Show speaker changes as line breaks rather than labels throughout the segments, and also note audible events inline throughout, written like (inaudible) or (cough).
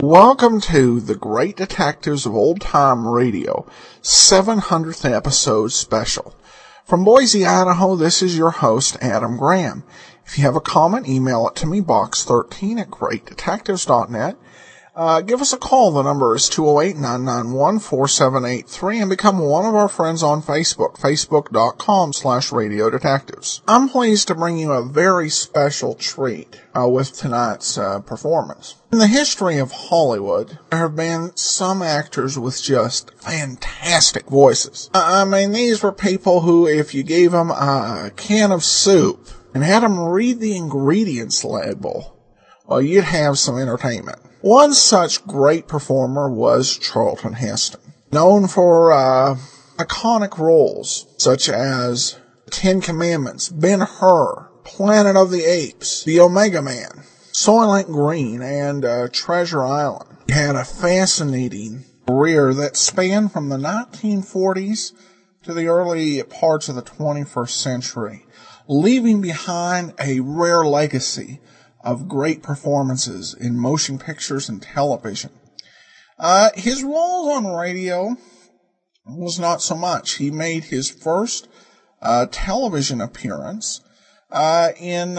Welcome to the Great Detectives of Old Time Radio 700th episode special. From Boise, Idaho, this is your host, Adam Graham. If you have a comment, email it to me, box13 at greatdetectives.net. Uh, give us a call. The number is 208-991-4783 and become one of our friends on Facebook, facebook.com slash radio detectives. I'm pleased to bring you a very special treat uh, with tonight's uh, performance. In the history of Hollywood, there have been some actors with just fantastic voices. Uh, I, I mean, these were people who, if you gave them a can of soup and had them read the ingredients label, well, you'd have some entertainment. One such great performer was Charlton Heston, known for uh, iconic roles such as Ten Commandments, Ben Hur, Planet of the Apes, The Omega Man, Soylent Green, and uh, Treasure Island. He had a fascinating career that spanned from the 1940s to the early parts of the 21st century, leaving behind a rare legacy of great performances in motion pictures and television. Uh, his roles on radio was not so much. He made his first uh, television appearance uh, in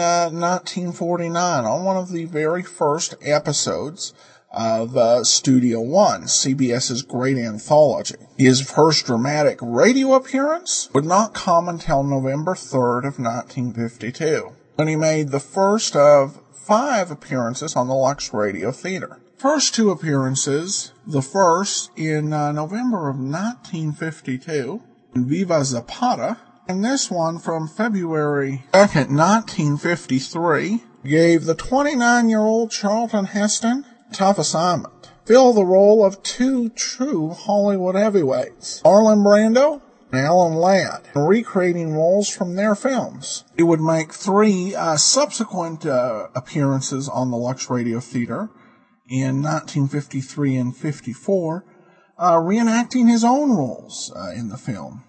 1949 on one of the very first episodes of uh, Studio One, CBS's great anthology. His first dramatic radio appearance would not come until November 3rd of 1952, when he made the first of five appearances on the Lux Radio Theater. First two appearances, the first in uh, November of 1952 in Viva Zapata, and this one from February 2nd, 1953, gave the 29 year old Charlton Heston a tough assignment. Fill the role of two true Hollywood heavyweights, Marlon Brando and Alan Ladd, recreating roles from their films. He would make three uh, subsequent uh, appearances on the Lux Radio Theater in 1953 and 54, uh, reenacting his own roles uh, in the film.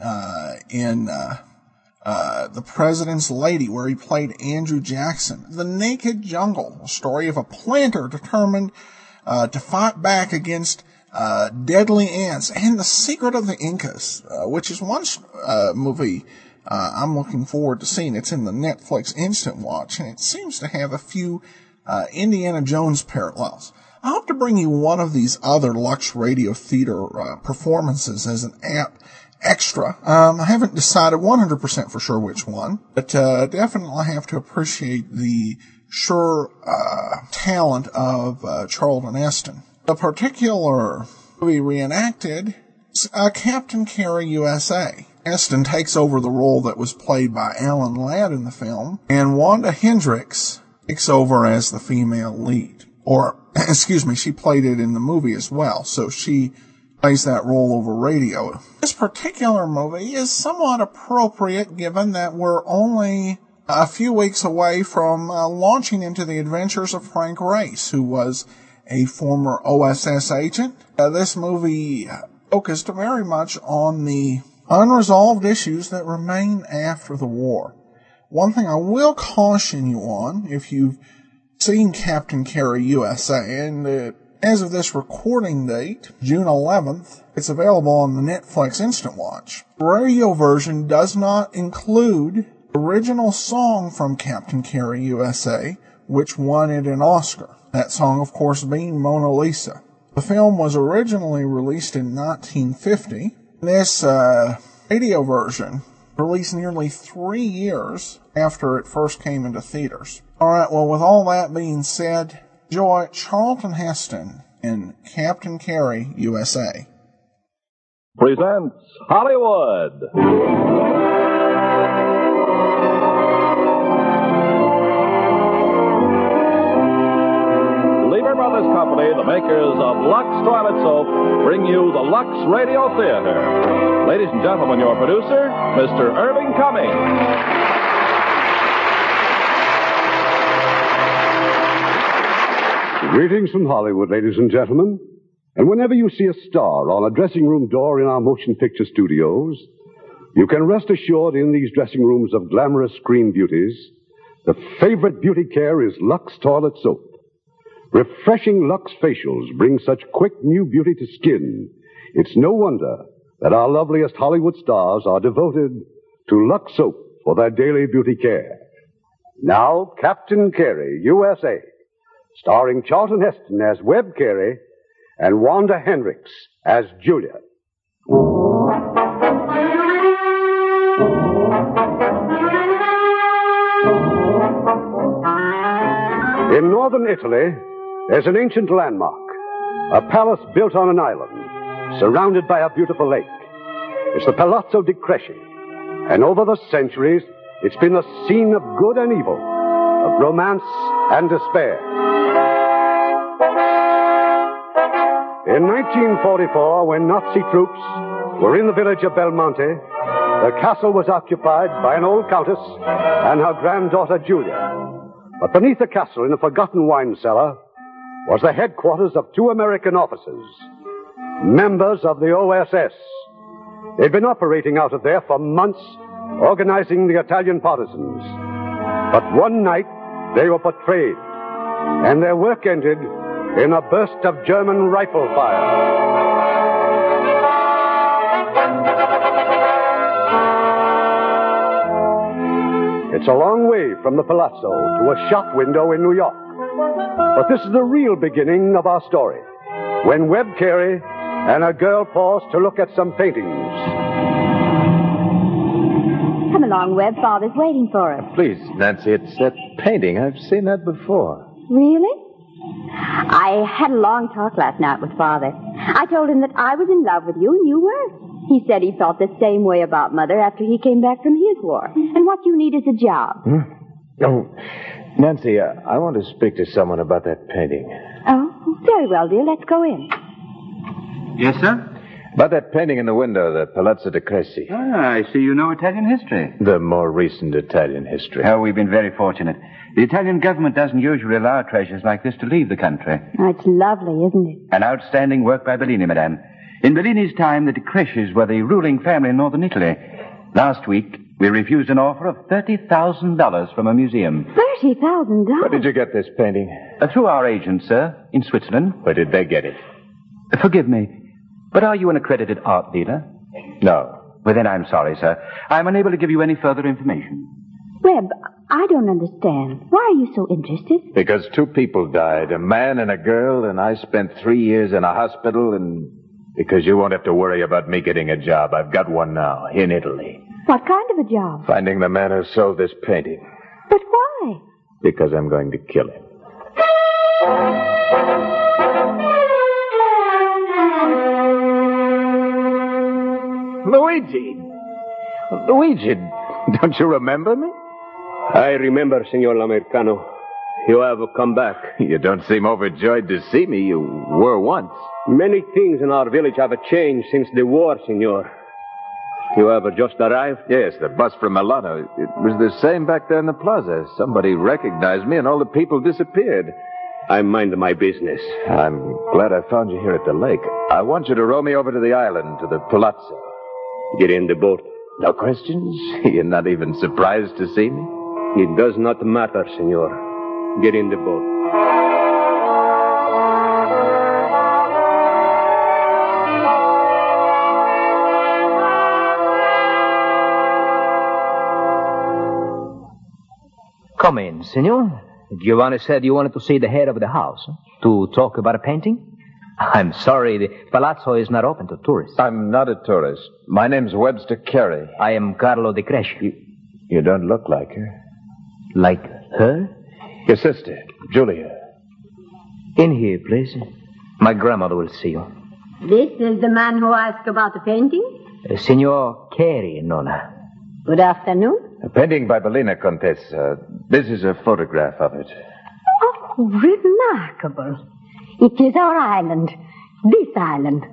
Uh, in uh, The President's Lady, where he played Andrew Jackson, The Naked Jungle, a story of a planter determined uh, to fight back against uh, Deadly Ants, and The Secret of the Incas, uh, which is one uh, movie uh, I'm looking forward to seeing. It's in the Netflix Instant Watch, and it seems to have a few uh, Indiana Jones parallels. I hope to bring you one of these other Lux Radio Theater uh, performances as an app extra. Um, I haven't decided 100% for sure which one, but uh, definitely have to appreciate the sure uh, talent of uh, Charlton Heston. The particular movie reenacted uh, Captain Carey USA. Eston takes over the role that was played by Alan Ladd in the film, and Wanda Hendricks takes over as the female lead. Or, (clears throat) excuse me, she played it in the movie as well, so she plays that role over radio. This particular movie is somewhat appropriate given that we're only a few weeks away from uh, launching into the adventures of Frank Race, who was a former OSS agent. Uh, this movie focused very much on the unresolved issues that remain after the war. One thing I will caution you on, if you've seen Captain Carey USA, and uh, as of this recording date, June 11th, it's available on the Netflix Instant Watch. The radio version does not include original song from Captain Carey USA, which won it an Oscar. That song, of course, being Mona Lisa. The film was originally released in 1950. This uh, radio version released nearly three years after it first came into theaters. All right, well, with all that being said, enjoy Charlton Heston in Captain Carey, USA.
Presents Hollywood. Weber Brothers Company, the makers of Lux Toilet Soap, bring you the Lux Radio Theater. Ladies and gentlemen, your producer, Mr. Irving Cummings.
Greetings from Hollywood, ladies and gentlemen. And whenever you see a star on a dressing room door in our motion picture studios, you can rest assured in these dressing rooms of glamorous screen beauties, the favorite beauty care is Lux Toilet Soap. Refreshing Lux facials bring such quick new beauty to skin. It's no wonder that our loveliest Hollywood stars are devoted to Lux Soap for their daily beauty care. Now, Captain Carey, USA, starring Charlton Heston as Webb Carey and Wanda Hendricks as Julia. In northern Italy, there's an ancient landmark, a palace built on an island, surrounded by a beautiful lake. It's the Palazzo di Cresci, and over the centuries, it's been the scene of good and evil, of romance and despair. In 1944, when Nazi troops were in the village of Belmonte, the castle was occupied by an old countess and her granddaughter Julia. But beneath the castle, in a forgotten wine cellar, was the headquarters of two American officers, members of the OSS. They'd been operating out of there for months, organizing the Italian partisans. But one night, they were betrayed, and their work ended in a burst of German rifle fire. It's a long way from the palazzo to a shop window in New York. But this is the real beginning of our story when Webb Carey and a girl pause to look at some paintings.
Come along, Webb. Father's waiting for us.
Please, Nancy, it's that painting. I've seen that before.
Really? I had a long talk last night with Father. I told him that I was in love with you and you were. He said he felt the same way about Mother after he came back from his war. And what you need is a job.
Oh, Nancy, uh, I want to speak to someone about that painting.
Oh, very well, dear. Let's go in.
Yes, sir?
About that painting in the window, the Palazzo di Cressy.
Ah, I see you know Italian history.
The more recent Italian history.
Oh, we've been very fortunate. The Italian government doesn't usually allow treasures like this to leave the country.
Oh, it's lovely, isn't it?
An outstanding work by Bellini, madame. In Bellini's time, the De Cresces were the ruling family in northern Italy. Last week, we refused an offer of $30,000 from a museum.
Thirty thousand
Where did
dollars.
you get this painting?
Uh, through our agent, sir, in Switzerland.
Where did they get it?
Uh, forgive me, but are you an accredited art dealer?
No.
Well, then I'm sorry, sir. I'm unable to give you any
(laughs)
further information.
Webb, I don't understand. Why are you so interested?
Because two people died, a man and a girl, and I spent three years in a hospital, and because you won't have to worry about me getting a job. I've got one now, in Italy.
What kind of a job?
Finding the man who sold this painting.
But why?
Because I'm going to kill him. Luigi! Luigi, don't you remember me?
I remember, Senor Lamercano. You have come back.
(laughs) You don't seem overjoyed to see me. You were once.
Many things in our village have changed since the war, Senor. You have just arrived?
Yes, the bus from Milano. It was the same back there in the plaza. Somebody recognized me, and all the people disappeared.
I mind my business.
I'm glad I found you here at the lake. I want you to row me over to the island, to the palazzo.
Get in the boat.
No questions? (laughs) You're not even surprised to see me?
It does not matter, Senor. Get in the boat.
Come in, senor. Giovanni said you wanted to see the head of the house huh? to talk about a painting. I'm sorry, the palazzo is not open to tourists.
I'm not a tourist. My name's Webster Carey.
I am Carlo de Cresci.
You don't look like her.
Like her?
Your sister, Julia.
In here, please. My grandmother will see you.
This is the man who asked about the painting.
Uh, Signor Carey, Nona.
Good afternoon.
A painting by Bellina Contessa. This is a photograph of it.
Oh, remarkable.
It is our island, this island,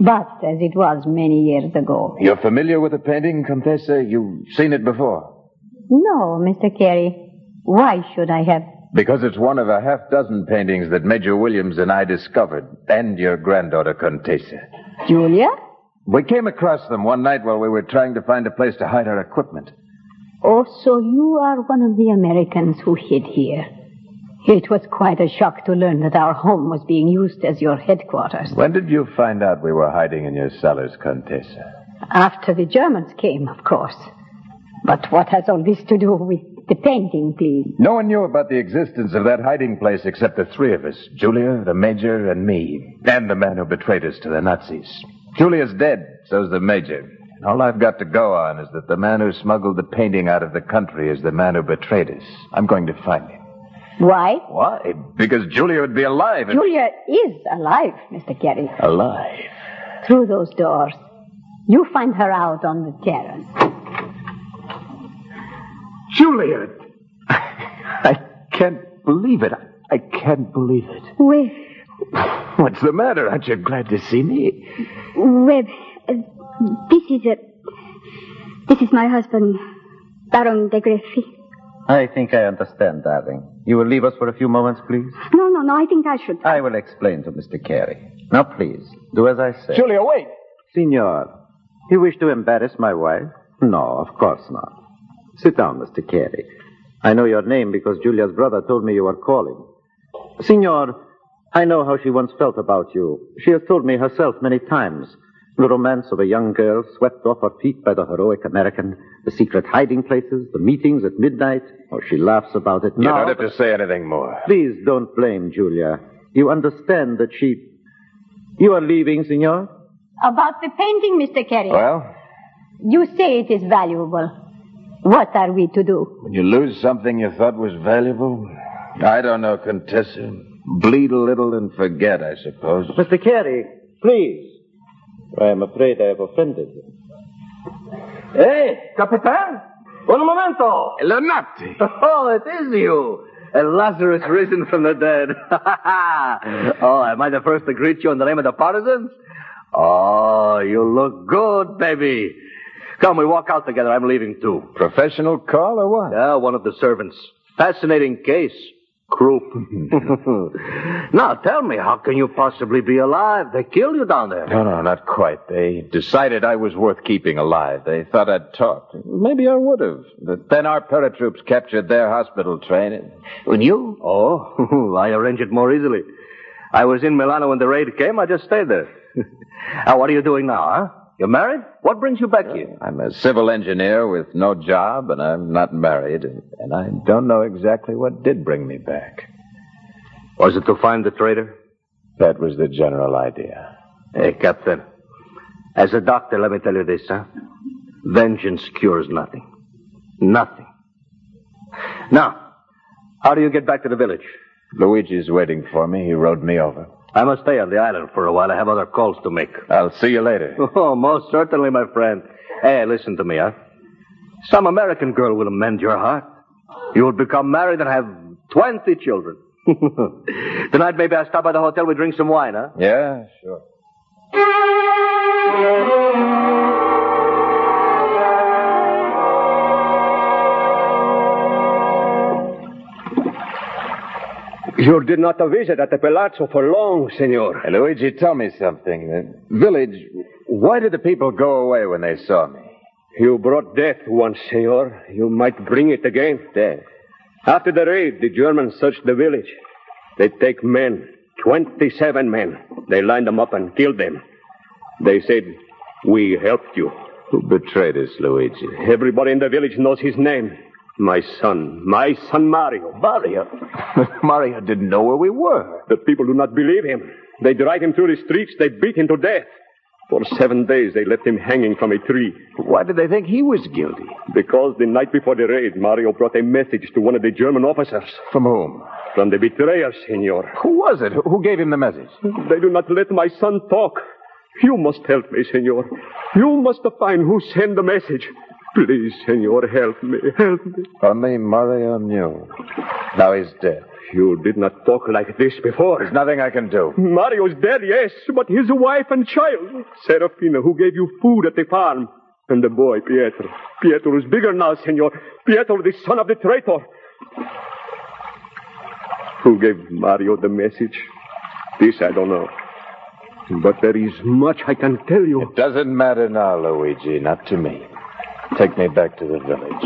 but as it was many years ago.
You're familiar with the painting, Contessa? You've seen it before.
No, Mr. Carey, why should I have?
Because it's one of a half dozen paintings that Major Williams and I discovered, and your granddaughter, Contessa.
Julia?
We came across them one night while we were trying to find a place to hide our equipment.
Oh, so you are one of the Americans who hid here. It was quite a shock to learn that our home was being used as your headquarters.
When did you find out we were hiding in your cellars, Contessa?
After the Germans came, of course. But what has all this to do with the painting, please?
No one knew about the existence of that hiding place except the three of us Julia, the Major, and me, and the man who betrayed us to the Nazis. Julia's dead, so's the Major. And All I've got to go on is that the man who smuggled the painting out of the country is the man who betrayed us. I'm going to find him.
Why?
Why? Because Julia would be alive. and-
Julia is alive, Mr. Carey.
Alive?
Through those doors. You find her out on the terrace.
Julia! (laughs) I can't believe it. I can't believe it.
Well,
What's the matter? Aren't you glad to see me?
Webb, uh, this is it. This is my husband, Baron de Greffy.
I think I understand, darling. You will leave us for a few moments, please?
No, no, no, I think I should.
I will explain to Mr. Carey. Now, please, do as I say.
Julia, wait!
Signor, you wish to embarrass my wife? No, of course not. Sit down, Mr. Carey. I know your name because Julia's brother told me you were calling. Signor, I know how she once felt about you. She has told me herself many times. The romance of a young girl swept off her feet by the heroic American, the secret hiding places, the meetings at midnight. Oh, she laughs about it
You
now.
don't have to say anything more.
Please don't blame Julia. You understand that she. You are leaving, Signor?
About the painting, Mr. Carey.
Well,
You say it is valuable. What are we to do?
when you lose something you thought was valuable, I don't know, Contessa. Bleed a little and forget, I suppose.
Mr. Carey, please. I am afraid I have offended you.
Hey, Capitan! Un momento! Leonati! Oh, it is you! Uh, Lazarus risen from the dead. (laughs) oh, am I the first to greet you in the name of the partisans? Oh, you look good, baby. Come, we walk out together. I'm leaving too.
Professional call or what?
Yeah, one of the servants. Fascinating case.
(laughs)
Croup. (laughs) now, tell me, how can you possibly be alive? They killed you down there.
No, no, not quite. They decided I was worth keeping alive. They thought I'd talked. Maybe I would have. But then our paratroops captured their hospital train. and-
And you? Oh, (laughs) I arranged it more easily. I was in Milano when the raid came. I just stayed there. (laughs) now, what are you doing now, huh? You're married? What brings you back here?
I'm a civil engineer with no job, and I'm not married, and, and I don't know exactly what did bring me back.
Was it to find the traitor?
That was the general idea.
Hey, Captain. As a doctor, let me tell you this, huh? Vengeance cures nothing. Nothing. Now, how do you get back to the village?
Luigi's waiting for me. He rode me over.
I must stay on the island for a while. I have other calls to make.
I'll see you later.
(laughs) Oh, most certainly, my friend. Hey, listen to me, huh? Some American girl will amend your heart. You will become married and have 20 children. Tonight, maybe I'll stop by the hotel. We drink some wine, huh?
Yeah, sure.
You did not visit at the palazzo for long, senor.
Hey, Luigi, tell me something. The village, why did the people go away when they saw me?
You brought death once, senor. You might bring it again.
Death?
After the raid, the Germans searched the village. They take men, 27 men. They lined them up and killed them. They said, We helped you.
Who betrayed us, Luigi?
Everybody in the village knows his name. My son, my son Mario.
Mario? (laughs) Mario didn't know where we were.
The people do not believe him. They drive him through the streets, they beat him to death. For seven days, they left him hanging from a tree.
Why did they think he was guilty?
Because the night before the raid, Mario brought a message to one of the German officers.
From whom?
From the betrayer, senor.
Who was it? Who- Who gave him the message?
They do not let my son talk. You must help me, senor. You must find who sent the message. Please, senor, help me, help me.
On me, Mario knew. Now he's dead.
You did not talk like this before.
There's nothing I can do.
Mario's dead, yes, but his wife and child, Serafina, who gave you food at the farm, and the boy, Pietro. Pietro is bigger now, senor. Pietro, the son of the traitor. Who gave Mario the message? This I don't know. But there is much I can tell you.
It doesn't matter now, Luigi, not to me. Take me back to the village.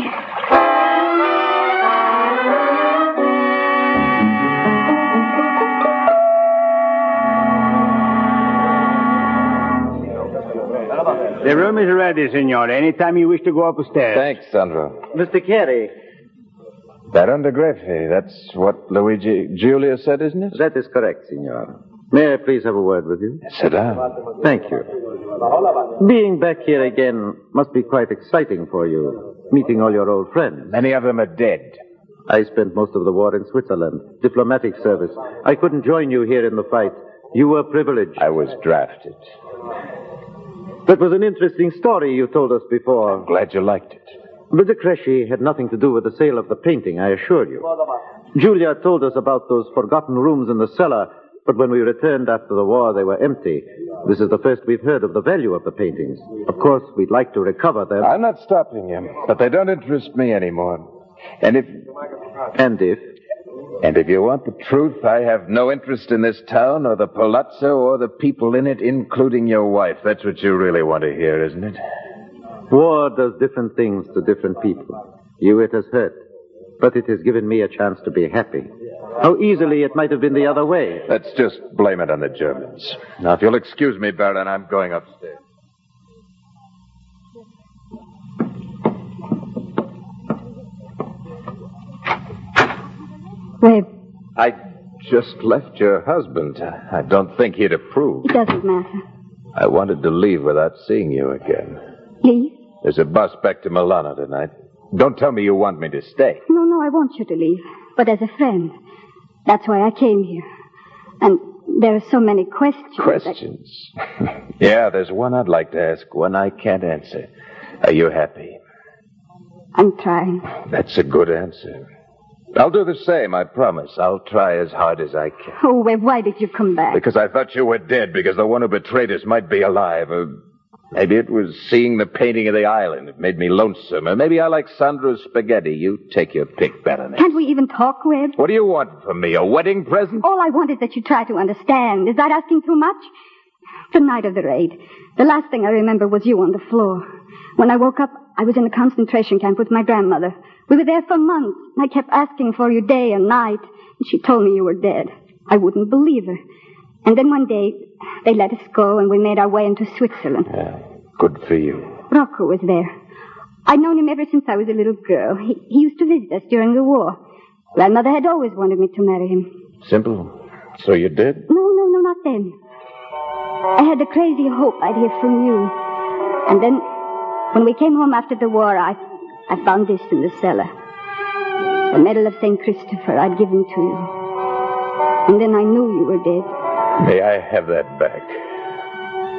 The room is ready, senor. Anytime you wish to go upstairs.
Thanks, Sandro.
Mr. Carey.
Baron de Greffi, that's what Luigi Giulia said, isn't it?
That is correct, senor. May I please have a word with you?
Sit down.
Thank you. Being back here again must be quite exciting for you, meeting all your old friends.
Many of them are dead.
I spent most of the war in Switzerland, diplomatic service. I couldn't join you here in the fight. You were privileged.
I was drafted.
That was an interesting story you told us before. I'm
glad you liked it.
But the Cresci had nothing to do with the sale of the painting, I assure you. Julia told us about those forgotten rooms in the cellar, but when we returned after the war, they were empty. This is the first we've heard of the value of the paintings. Of course, we'd like to recover them.
I'm not stopping you, but they don't interest me anymore. And if.
And if?
And if you want the truth, I have no interest in this town or the palazzo or the people in it, including your wife. That's what you really want to hear, isn't it?
War does different things to different people. You, it has hurt. But it has given me a chance to be happy. How easily it might have been the other way.
Let's just blame it on the Germans. Now, if you'll excuse me, Baron, I'm going upstairs.
Wait,
I just left your husband. I don't think he'd approve.
it doesn't matter.
I wanted to leave without seeing you again.
Leave?
There's a bus back to Milano tonight. Don't tell me you want me to stay.
No, no, I want you to leave, but as a friend. That's why I came here. And there are so many questions. that-
Questions? (laughs) yeah, there's one I'd like to ask, one I can't answer. Are you happy?
I'm trying.
That's a good answer. I'll do the same, I promise. I'll try as hard as I can.
Oh, Webb, why did you come back?
Because I thought you were dead, because the one who betrayed us might be alive. Or maybe it was seeing the painting of the island. It made me lonesome. Or maybe I like Sandra's spaghetti. You take your pick, Baroness.
Can't we even talk, Webb?
What do you want from me? A wedding present?
All I want is that you try to understand. Is that asking too much? The night of the raid, the last thing I remember was you on the floor. When I woke up, I was in a concentration camp with my grandmother. We were there for months, and I kept asking for you day and night, and she told me you were dead. I wouldn't believe her. And then one day, they let us go, and we made our way into Switzerland.
Good for you.
Rocco was there. I'd known him ever since I was a little girl. He, he used to visit us during the war. Grandmother had always wanted me to marry him.
Simple. So you did?
No, no, no, not then. I had the crazy hope I'd hear from you. And then, when we came home after the war, I, I found this in the cellar. The medal of St. Christopher I'd given to you. And then I knew you were dead.
May I have that back?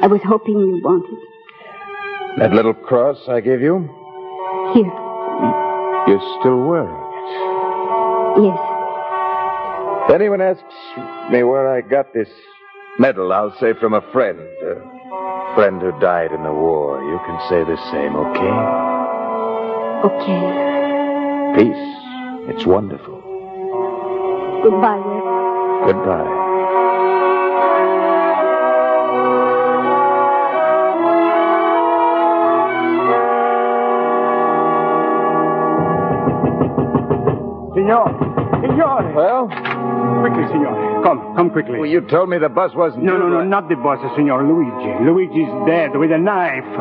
I was hoping you wanted.
That little cross I gave you?
Here,
You're still wearing.
yes.
If anyone asks me where I got this medal, I'll say from a friend. A friend who died in the war. You can say the same, okay?
Okay.
Peace. It's wonderful.
Goodbye, Webb.
Goodbye.
Signor! Signore!
Well?
Quickly, signore. Come, come quickly.
you told me the bus wasn't.
No, no, no, not the boss, signor. Luigi. Luigi's dead with a knife.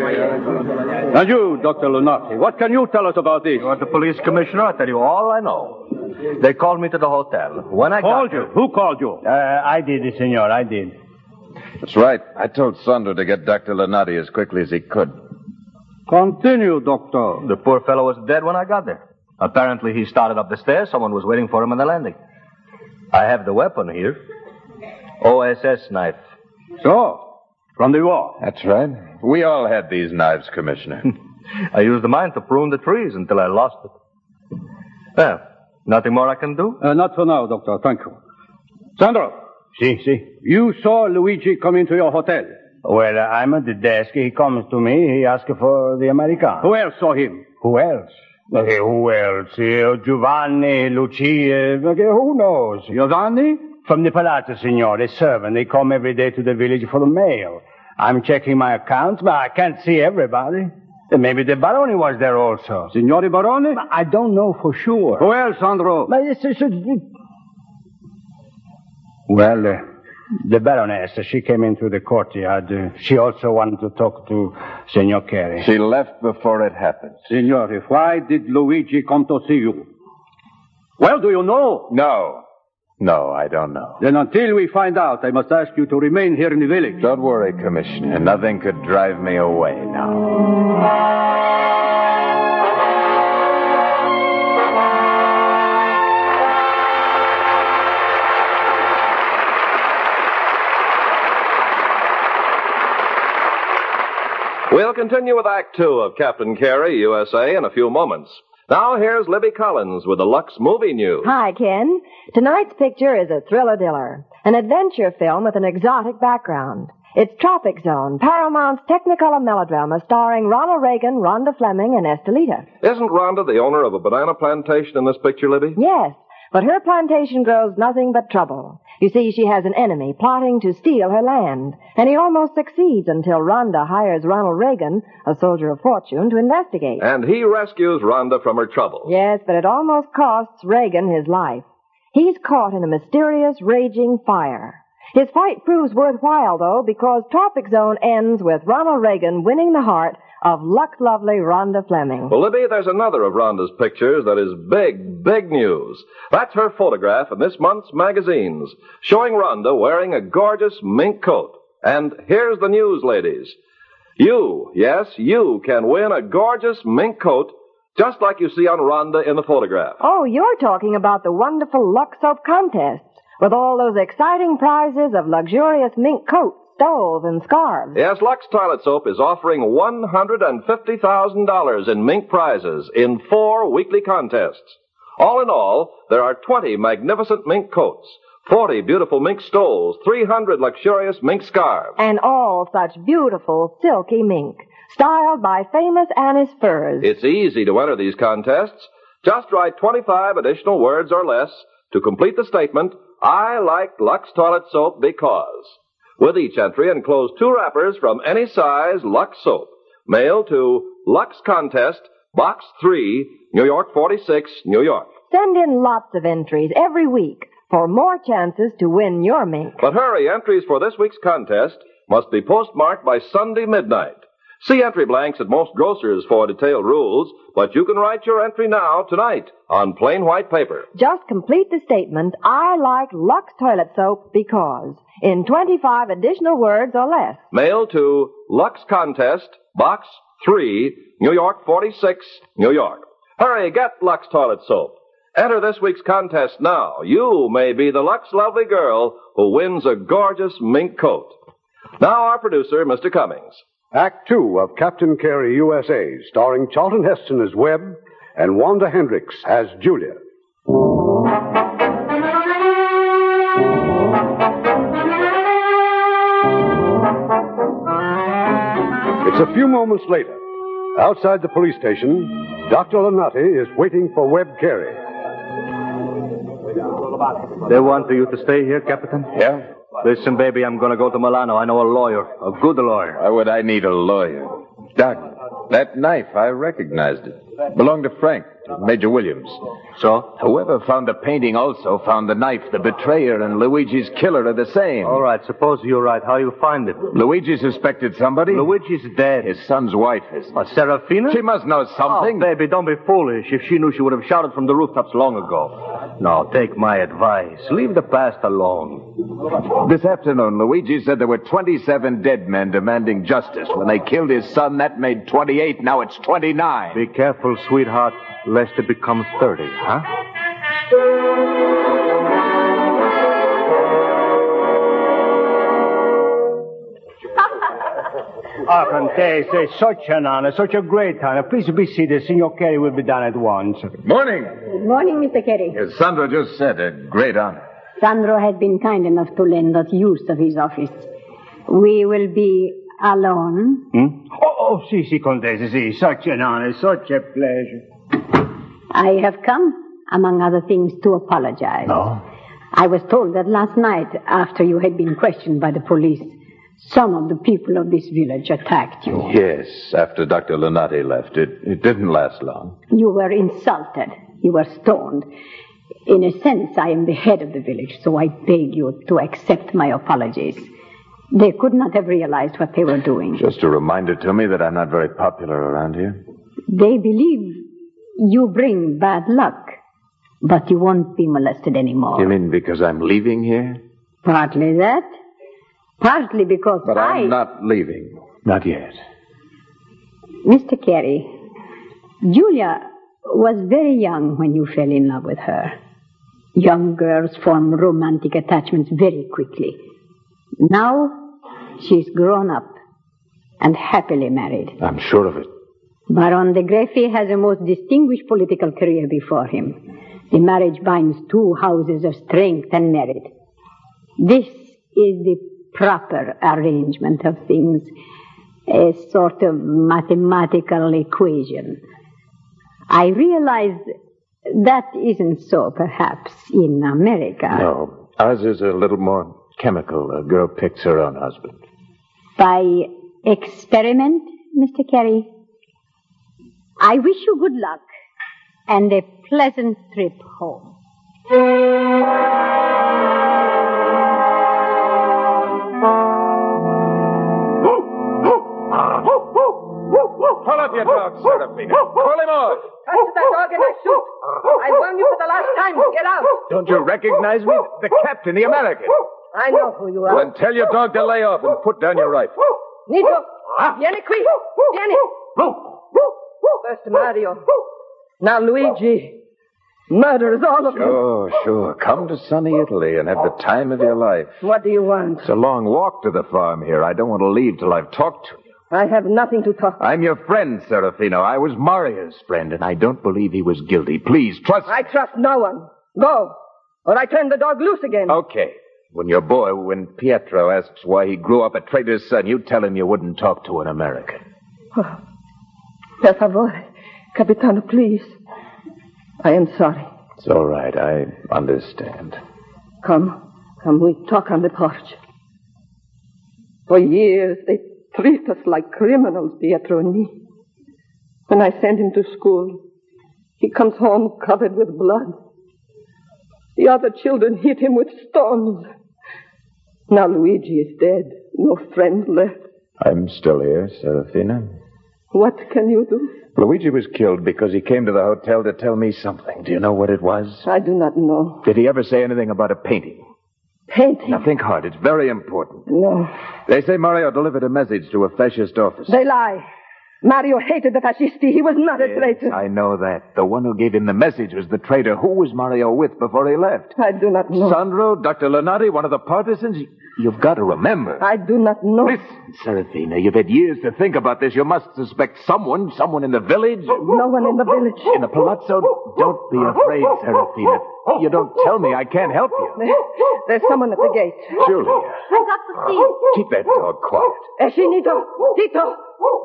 And you, Dr. Lunati, what can you tell us about this? You are the police commissioner. I tell you all I know. They called me to the hotel. When I called you, who called you?
Uh, I did it, senor. I did.
That's right. I told Sandro to get Dr. Lenati as quickly as he could.
Continue, doctor. The poor fellow was dead when I got there. Apparently, he started up the stairs. Someone was waiting for him on the landing. I have the weapon here. OSS knife. So, From the wall.
That's right. We all had these knives, Commissioner.
(laughs) I used mine to prune the trees until I lost it. Well, nothing more I can do?
Uh, not for now, Doctor. Thank you. Sandro. Si, si. You saw Luigi come into your hotel.
Well, I'm at the desk. He comes to me. He asks for the Americano.
Who else saw him?
Who else? Okay, who else? Uh, Giovanni, Lucia, okay, who knows? Giovanni? From the Palazzo, signore, a servant. They come every day to the village for the mail. I'm checking my accounts, but I can't see everybody. Uh, Maybe the Barone was there also. Signore Barone? I don't know for sure.
Who else, Sandro?
Well, uh, the Baroness, she came in through the courtyard. Uh, she also wanted to talk to Signor Carey.
She left before it happened.
Signore, why did Luigi come to see you? Well, do you know?
No. No, I don't know.
Then until we find out, I must ask you to remain here in the village.
Don't worry, Commissioner. Nothing could drive me away now.
We'll continue with Act Two of Captain Carey, USA, in a few moments. Now, here's Libby Collins with the Lux Movie News.
Hi, Ken. Tonight's picture is a thriller diller, an adventure film with an exotic background. It's Tropic Zone, Paramount's Technicolor melodrama starring Ronald Reagan, Rhonda Fleming, and Estelita.
Isn't Rhonda the owner of a banana plantation in this picture, Libby?
Yes, but her plantation grows nothing but trouble. You see, she has an enemy plotting to steal her land, and he almost succeeds until Rhonda hires Ronald Reagan, a soldier of fortune, to investigate.
And he rescues Rhonda from her trouble.
Yes, but it almost costs Reagan his life. He's caught in a mysterious, raging fire. His fight proves worthwhile, though, because Tropic Zone ends with Ronald Reagan winning the heart of luck lovely Rhonda Fleming.
Well, Libby, there's another of Rhonda's pictures that is big, big news. That's her photograph in this month's magazines, showing Rhonda wearing a gorgeous mink coat. And here's the news, ladies. You, yes, you can win a gorgeous mink coat just like you see on Rhonda in the photograph.
Oh, you're talking about the wonderful Lux Soap contests with all those exciting prizes of luxurious mink coats, stoles, and scarves.
Yes, Lux Toilet Soap is offering $150,000 in mink prizes in four weekly contests. All in all, there are 20 magnificent mink coats, 40 beautiful mink stoles, 300 luxurious mink scarves.
And all such beautiful silky mink, styled by famous Annie's Furs.
It's easy to enter these contests. Just write 25 additional words or less to complete the statement, I like Lux Toilet Soap because. With each entry, enclose two wrappers from any size Lux Soap. Mail to Lux Contest, Box 3, New York 46, New York.
Send in lots of entries every week for more chances to win your mink.
But hurry, entries for this week's contest must be postmarked by Sunday midnight. See entry blanks at most grocers for detailed rules, but you can write your entry now, tonight, on plain white paper.
Just complete the statement, I like Lux Toilet Soap because, in 25 additional words or less.
Mail to Lux Contest, Box 3, New York 46, New York. Hurry, get Lux Toilet Soap. Enter this week's contest now. You may be the Lux lovely girl who wins a gorgeous mink coat. Now our producer, Mr. Cummings.
Act two of Captain Carey USA, starring Charlton Heston as Webb and Wanda Hendricks as Julia. It's a few moments later. Outside the police station, Dr. Lanati is waiting for Webb Carey.
They want you to stay here, Captain? Yeah. Listen, baby, I'm going to go to Milano. I know a lawyer, a good lawyer.
Why would I need a lawyer? Doc, that knife, I recognized it. Belonged to Frank, to Major Williams. So? Whoever found the painting also found the knife. The betrayer and Luigi's killer are the same.
All right, suppose you're right. How you find it?
Luigi suspected somebody?
Luigi's dead.
His son's wife is.
What, Serafina?
She must know something.
Oh, baby, don't be foolish. If she knew, she would have shouted from the rooftops long ago. Now, take my advice. Leave the past alone.
This afternoon, Luigi said there were 27 dead men demanding justice. When they killed his son, that made 28. Now it's 29.
Be careful, sweetheart, lest it becomes 30, huh?
Ah, Arcante, it's such an honor, such a great honor. Please be seated. Signor Kelly will be done at once.
Morning.
Good morning, Mr. Kerry.
As Sandra just said, a great honor.
Sandro has been kind enough to lend us use of his office. We will be alone.
Hmm? Oh, oh, si, si, Contessa, si. Such an honor, such a pleasure.
I have come, among other things, to apologize. No. I was told that last night, after you had been questioned by the police, some of the people of this village attacked you.
Yes, after Dr. Lunati left, it, it didn't last long.
You were insulted. You were stoned. In a sense, I am the head of the village, so I beg you to accept my apologies. They could not have realized what they were doing.
Just a reminder to me that I'm not very popular around here.
They believe you bring bad luck, but you won't be molested anymore.
You mean because I'm leaving here?
Partly that, partly because
But
I.
I'm not leaving. Not yet.
Mr. Carey, Julia was very young when you fell in love with her. Young girls form romantic attachments very quickly. Now she's grown up and happily married.
I'm sure of it.
Baron de Greffy has a most distinguished political career before him. The marriage binds two houses of strength and merit. This is the proper arrangement of things, a sort of mathematical equation. I realize that isn't so, perhaps, in America.
Ah. No. Ours is a little more chemical. A girl picks her own husband.
By experiment, Mr. Carey. I wish you good luck and a pleasant trip home.
Pull up your dog, Serafina. Pull him off.
Touch that dog and I shoot. I warn you for the last time. Get out.
Don't you recognize me? The captain, the American.
I know who you
Then
are.
tell your dog to lay off and put down your rifle.
Nito. Vieni qui. Vieni. First Mario. Now Luigi. Murders, all of them.
Sure, sure. Come to sunny Italy and have the time of your life.
What do you want?
It's a long walk to the farm here. I don't want to leave till I've talked to you.
I have nothing to talk.
I'm your friend, Serafino. I was Mario's friend, and I don't believe he was guilty. Please, trust
I trust no one. Go. Or I turn the dog loose again.
Okay. When your boy, when Pietro asks why he grew up a trader's son, you tell him you wouldn't talk to an American.
Oh. (sighs) Per favore, Capitano, please. I am sorry.
It's all right. I understand.
Come, come, we talk on the porch. For years they treat us like criminals, Pietro and me. When I send him to school, he comes home covered with blood. The other children hit him with stones. Now Luigi is dead, no friend left.
I'm still here, Serafina.
What can you do?
Luigi was killed because he came to the hotel to tell me something. Do you know what it was?
I do not know.
Did he ever say anything about a painting?
Painting?
Now think hard. It's very important.
No.
They say Mario delivered a message to a fascist officer.
They lie. Mario hated the fascisti. He was not a traitor.
I know that. The one who gave him the message was the traitor. Who was Mario with before he left?
I do not know.
Sandro, Dr. Lunati, one of the partisans? You've got to remember.
I do not know.
Serafina, you've had years to think about this. You must suspect someone, someone in the village.
No one in the village.
In the palazzo. Don't be afraid, Serafina. You don't tell me I can't help you.
There- There's someone at the gate.
Julia.
I got to see.
Keep that dog quiet.
Escinito, Eh, Tito,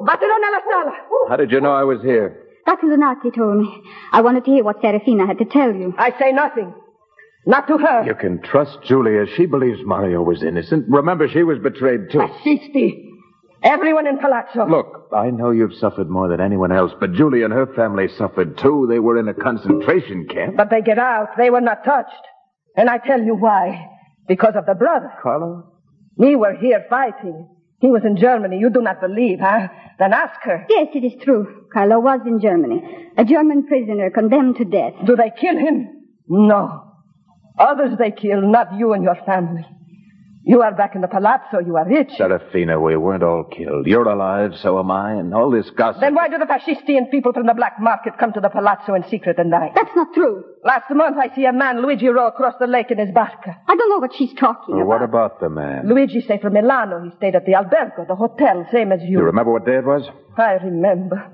vattelo nella sala.
How did you know I was here?
Dr. Lunati told me. I wanted to hear what Serafina had to tell you.
I say nothing. Not to her.
You can trust Julia. She believes Mario was innocent. Remember, she was betrayed, too.
Fascisti. Everyone in palazzo.
Look, I know you've suffered more than anyone else, but Julia and her family suffered too. They were in a concentration camp.
But they get out. They were not touched. And I tell you why. Because of the brother.
Carlo?
We were here fighting. He was in Germany. You do not believe, huh? uh, Then ask her.
Yes, it is true. Carlo was in Germany. A German prisoner condemned to death.
Do they kill him? No. Others they kill, not you and your family. You are back in the palazzo. You are rich.
Serafina, we weren't all killed. You're alive, so am I, and all this gossip.
Then why do the fascistian people from the black market come to the palazzo in secret and night? That's not true. Last month I see a man, Luigi, row across the lake in his barca. I don't know what she's talking
Well, what about the man?
Luigi stayed from Milano. He stayed at the albergo, the hotel, same as you.
You remember what day it was?
I remember.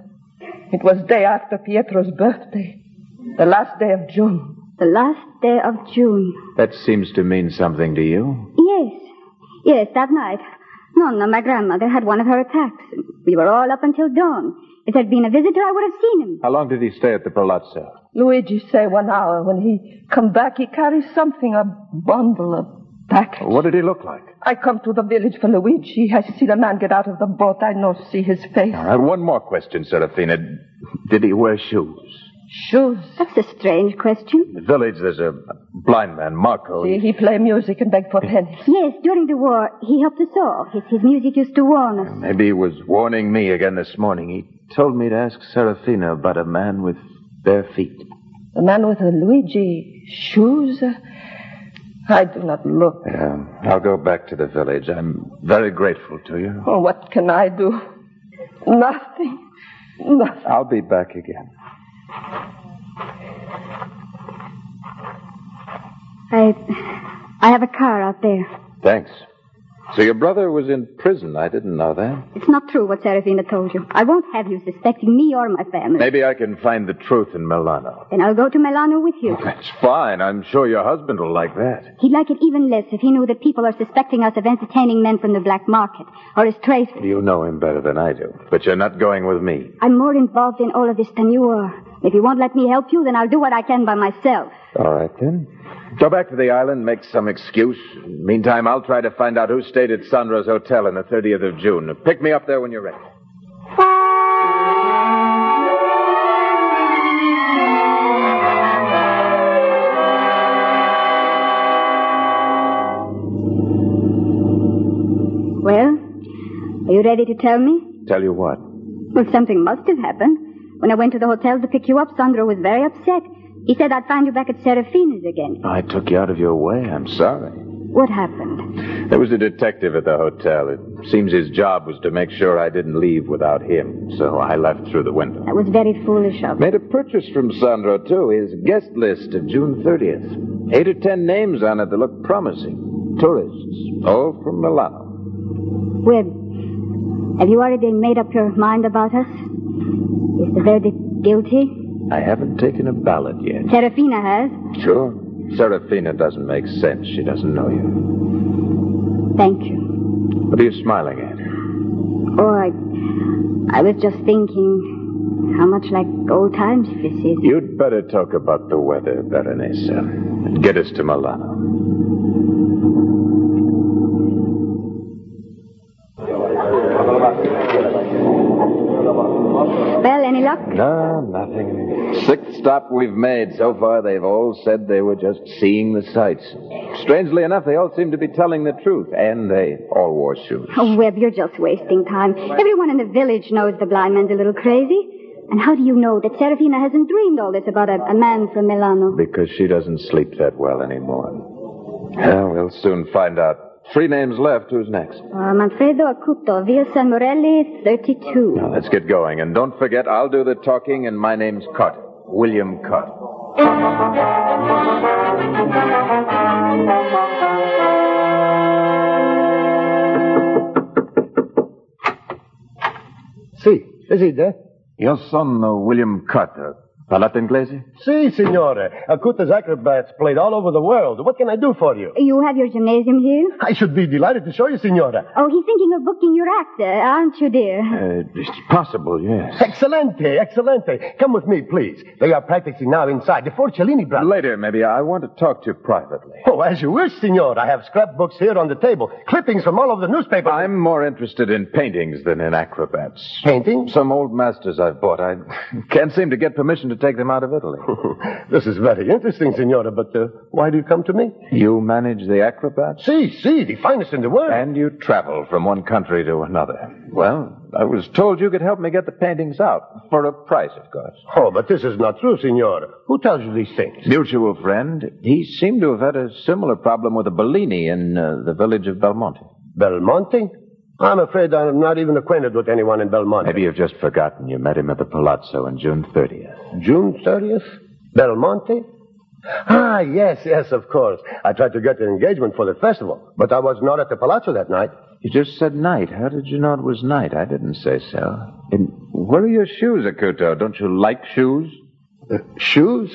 It was day after Pietro's birthday. The last day of June. The last day of June.
That seems to mean something to you.
Yes. Yes, that night. Nonna, my grandmother, had one of her attacks. We were all up until dawn. If there'd been a visitor, I would have seen him.
How long did he stay at the Palazzo?
Luigi say one hour. When he come back, he carries something, a bundle of...
What did he look like?
I come to the village for Luigi. I see the man get out of the boat. I no see his face.
All right, one more question, Serafina. Did he wear shoes?
Shoes. That's a strange question.
In the village, there's a blind man, Marco.
See, he play music and beg for pennies.
Yes, during the war, he helped us all. His, his music used to warn us.
Maybe he was warning me again this morning. He told me to ask Serafina about a man with bare feet.
The man with the Luigi shoes? I do not look.
Yeah, I'll go back to the village. I'm very grateful to you.
Oh, what can I do? Nothing. Nothing.
I'll be back again.
I, I have a car out there.
Thanks. So your brother was in prison. I didn't know that.
It's not true what Serafina told you. I won't have you suspecting me or my family.
Maybe I can find the truth in Milano.
Then I'll go to Milano with you.
That's fine. I'm sure your husband will like that.
He'd like it even less if he knew that people are suspecting us of entertaining men from the black market or his tracers.
You know him better than I do, but you're not going with me.
I'm more involved in all of this than you are. If you won't let me help you, then I'll do what I can by myself.
All right, then. Go back to the island, make some excuse. Meantime, I'll try to find out who stayed at Sandra's hotel on the 30th of June. Pick me up there when you're ready.
Well, are you ready to tell me?
Tell you what.
Well, something must have happened. When I went to the hotel to pick you up, Sandro was very upset. He said I'd find you back at Serafina's again.
I took you out of your way. I'm sorry.
What happened?
There was a detective at the hotel. It seems his job was to make sure I didn't leave without him, so I left through the window.
That was very foolish of
Made a purchase from Sandro, too. His guest list of June 30th. Eight or ten names on it that look promising. Tourists, all from Milano.
Webb, have you already made up your mind about us? Is the verdict guilty?
I haven't taken a ballot yet.
Serafina has.
Sure. Serafina doesn't make sense. She doesn't know you.
Thank you.
What are you smiling at?
Oh, I, I was just thinking how much like old times this is.
You'd better talk about the weather, Berenice, and get us to Milano.
Well, any luck?
No, nothing. Sixth stop we've made. So far, they've all said they were just seeing the sights. Strangely enough, they all seem to be telling the truth, and they all wore shoes.
Oh, Webb, you're just wasting time. Everyone in the village knows the blind man's a little crazy. And how do you know that Serafina hasn't dreamed all this about a, a man from Milano?
Because she doesn't sleep that well anymore. Yeah, we'll soon find out. Three names left. Who's next?
Uh, Manfredo Acuto, Via San Morelli, 32.
Now, let's get going. And don't forget, I'll do the talking, and my name's Carter. William Carter.
Sì, preside.
Io sono uh, William Carter. Parlate inglese?
Si, signore. Acuta's acrobats played all over the world. What can I do for you?
You have your gymnasium here?
I should be delighted to show you, signora.
Oh, he's thinking of booking your actor, aren't you, dear?
Uh, it's possible, yes.
Excellente, excellente. Come with me, please. They are practicing now inside the Forcellini brothers.
Later, maybe. I want to talk to you privately.
Oh, as you wish, signor. I have scrapbooks here on the table, clippings from all over the newspapers.
I'm more interested in paintings than in acrobats. Painting? Some old masters I've bought. I (laughs) can't seem to get permission to take them out of Italy.
(laughs) This is very interesting, Signora, but uh, why do you come to me?
you manage the acrobats?
See, see, the finest in the world.
And you travel from one country to another. Well, I was told you could help me get the paintings out. For a price, of course.
Oh, but this is not true, Signora. Who tells you these things?
Mutual friend, he seemed to have had a similar problem with a Bellini in uh, the village of Belmonte.
Belmonte? I'm afraid I'm not even acquainted with anyone in Belmonte.
Maybe you've just forgotten you met him at the Palazzo on June 30th.
June 30th? Belmonte? Ah, yes, yes, of course. I tried to get an engagement for the festival, but I was not at the Palazzo that night.
You just said night. How did you know it was night? I didn't say so. And where are your shoes, Akuto? Don't you like shoes?
Uh, shoes?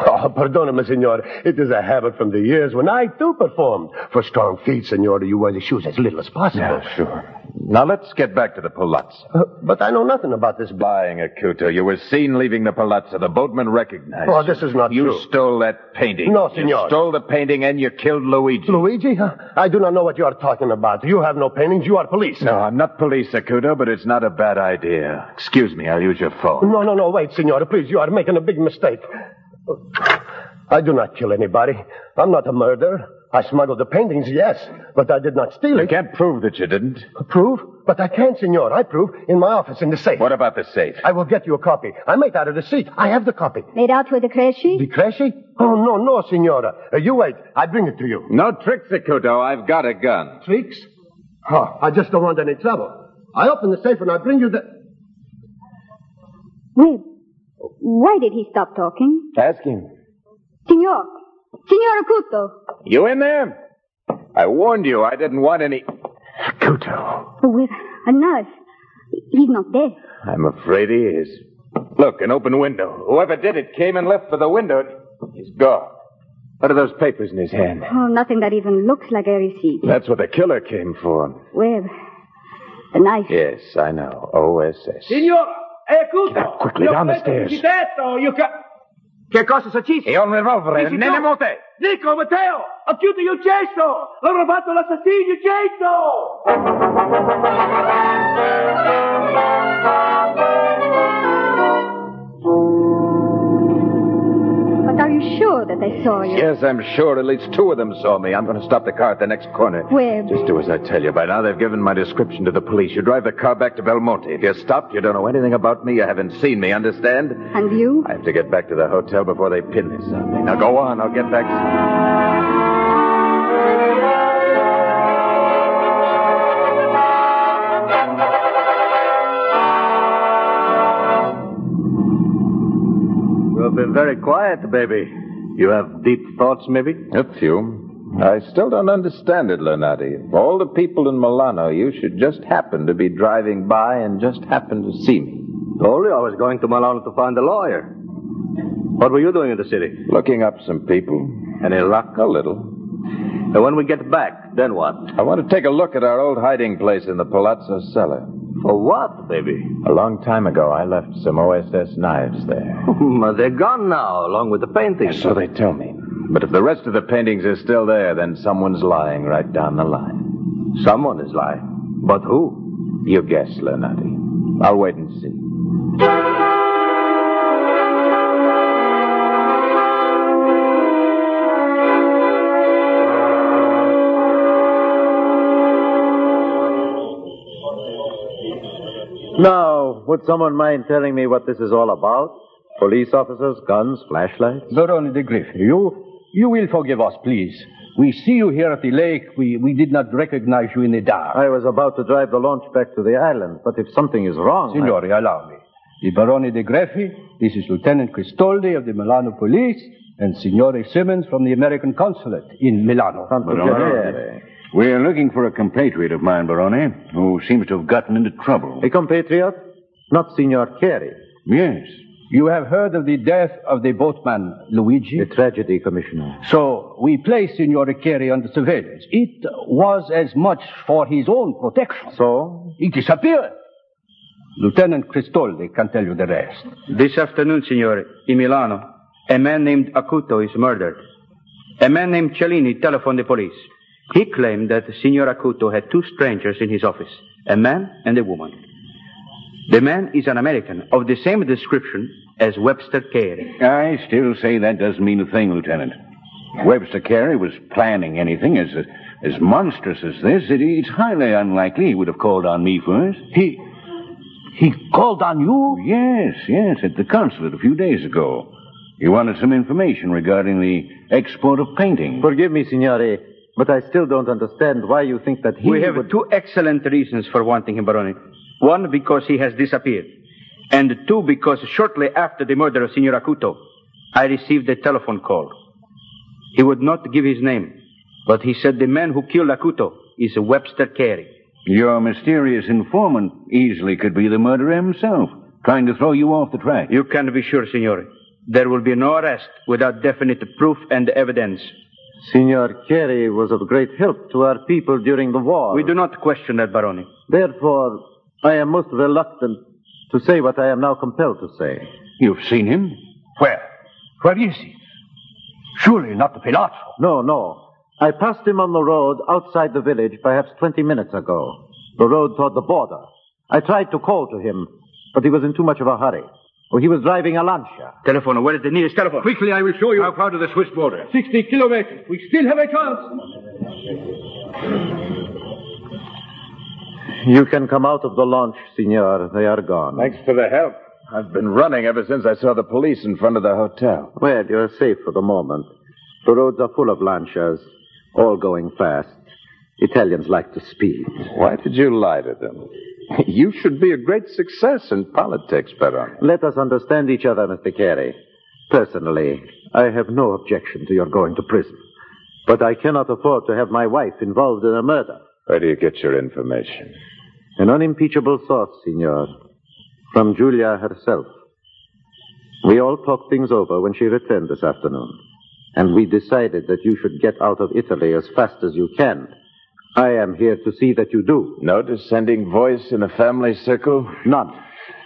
Oh, perdoname, signore. It is a habit from the years when I, too, performed. For strong feet, signore, you wear the shoes as little as possible. Uh,
Yeah, sure. Now let's get back to the palazzo.
but I know nothing about this.
Lying, Akuto. You were seen leaving the palazzo. The boatman recognized.
Oh,
you.
this is not
you
true.
stole that painting.
No,
You
signore.
stole the painting and you killed Luigi.
Luigi? Huh? I do not know what you are talking about. You have no paintings. You are police.
No, I'm not police, Akuto, but it's not a bad idea. Excuse me, I'll use your phone.
Oh, No, no, no, wait, Signora, please. You are making a big mistake. I do not kill anybody. I'm not a murderer. I smuggled the paintings, yes, but I did not steal it. You
can't prove that you didn't.
Prove? But I can, Signor. I prove in my office in the safe. What
about the safe?
I will get you a copy. I made out a receipt. I have the copy.
Made out with the crèche?
The crashy? Oh, no, no, Signora. Uh, you wait. I bring it to you.
No tricks, Akuto. I've got a gun.
Tricks? Huh. I just don't want any trouble. I open the safe and I bring you the.
Wait. Why did he stop talking?
Ask him.
Signor. Signor Acuto.
You in there? I warned you I didn't want any. Akuto.
With Oh, a knife. He's not dead.
I'm afraid he is. Look, an open window. Whoever did it came and left for the window. He's gone. What are those papers in his hand?
Oh, nothing that even looks like a receipt.
That's what the killer came for.
Where? The knife.
Yes, I know. OSS.
Signor, ecco.
Quickly, down the stairs.
you ca- Che cosa è successo?
È un revolvere, nelle mote.
Nico, Matteo, ho chiuso il cesto. L'ho rubato l'assassino, il cesto.
But are you sure that they saw you?
Yes, I'm sure at least two of them saw me. I'm going to stop the car at the next corner.
Webb.
Just do as I tell you. By now, they've given my description to the police. You drive the car back to Belmonte. If you're stopped, you don't know anything about me. You haven't seen me, understand?
And you?
I have to get back to the hotel before they pin this on me. Now go on. I'll get back.
You have been very quiet, baby. You have deep thoughts, maybe?
A few. I still don't understand it, Lenati. Of All the people in Milano, you should just happen to be driving by and just happen to see me.
Told you I was going to Milano to find a lawyer. What were you doing in the city?
Looking up some people.
Any luck?
A little.
And when we get back, then what?
I want to take a look at our old hiding place in the Palazzo cellar.
For what, baby?
A long time ago, I left some OSS knives
(laughs)
there.
They're gone now, along with the paintings.
So they tell me. But if the rest of the paintings are still there, then someone's lying right down the line.
Someone is lying. But who?
You guess, Lenati. I'll wait and see.
Now, would someone mind telling me what this is all about? Police officers, guns, flashlights?
Barone de Griff, you, you will forgive us, please. We see you here at the lake. We, we did not recognize you in the dark.
I was about to drive the launch back to the island, but if something is wrong. I-
Signori, allow me. The Barone de Greffi, this is Lieutenant Cristoldi of the Milano Police, and Signore Simmons from the American Consulate in Milano.
Barone.
We're looking for a compatriot of mine, Barone, who seems to have gotten into trouble.
A compatriot? Not Signor Carey.
Yes.
You have heard of the death of the boatman, Luigi? A
tragedy, Commissioner.
So we placed Signor Carey under surveillance. It was as much for his own protection.
So?
He disappeared. Lieutenant Cristoldi can tell you the rest.
This afternoon, Signore, in Milano, a man named Acuto is murdered. A man named Cellini telephoned the police. He claimed that Signor Acuto had two strangers in his office, a man and a woman. The man is an American of the same description as Webster Carey.
I still say that doesn't mean a thing, Lieutenant. Webster Carey was planning anything as as monstrous as this. It, it's highly unlikely he would have called on me first. He he called on you? Yes, yes, at the consulate a few days ago. He wanted some information regarding the export of painting.
Forgive me, Signore, but I still don't understand why you think that he
we have two excellent reasons for wanting him, Baroni. One, because he has disappeared. And two, because shortly after the murder of Signor Acuto, I received a telephone call. He would not give his name, but he said the man who killed Acuto is Webster Carey.
Your mysterious informant easily could be the murderer himself, trying to throw you off the track.
You can be sure, Signore. There will be no arrest without definite proof and evidence.
Signor Carey was of great help to our people during the war.
We do not question that, Baroni.
Therefore, I am most reluctant to say what I am now compelled to say.
You've seen him?
Where? Where is he? Surely not the Palazzo. No, no. I passed him on the road outside the village perhaps 20 minutes ago. The road toward the border. I tried to call to him, but he was in too much of a hurry. Or he was driving a Lancia.
Telephone, where is the nearest telephone?
Quickly, I will show you.
How far to the Swiss border?
60 kilometers. We still have a chance.
You can come out of the launch, Signor. They are gone.
Thanks for the help. I've been running ever since I saw the police in front of the hotel.
Well, you're safe for the moment. The roads are full of Lancias, all going fast. Italians like to speed.
Why did you lie to them? (laughs) You should be a great success in politics, Baron.
Let us understand each other, Mr. Carey. Personally, I have no objection to your going to prison. But I cannot afford to have my wife involved in a murder.
Where do you get your information?
An unimpeachable source, Signor. From Julia herself. We all talked things over when she returned this afternoon. And we decided that you should get out of Italy as fast as you can. I am here to see that you do.
No dissenting voice in the family circle?
None.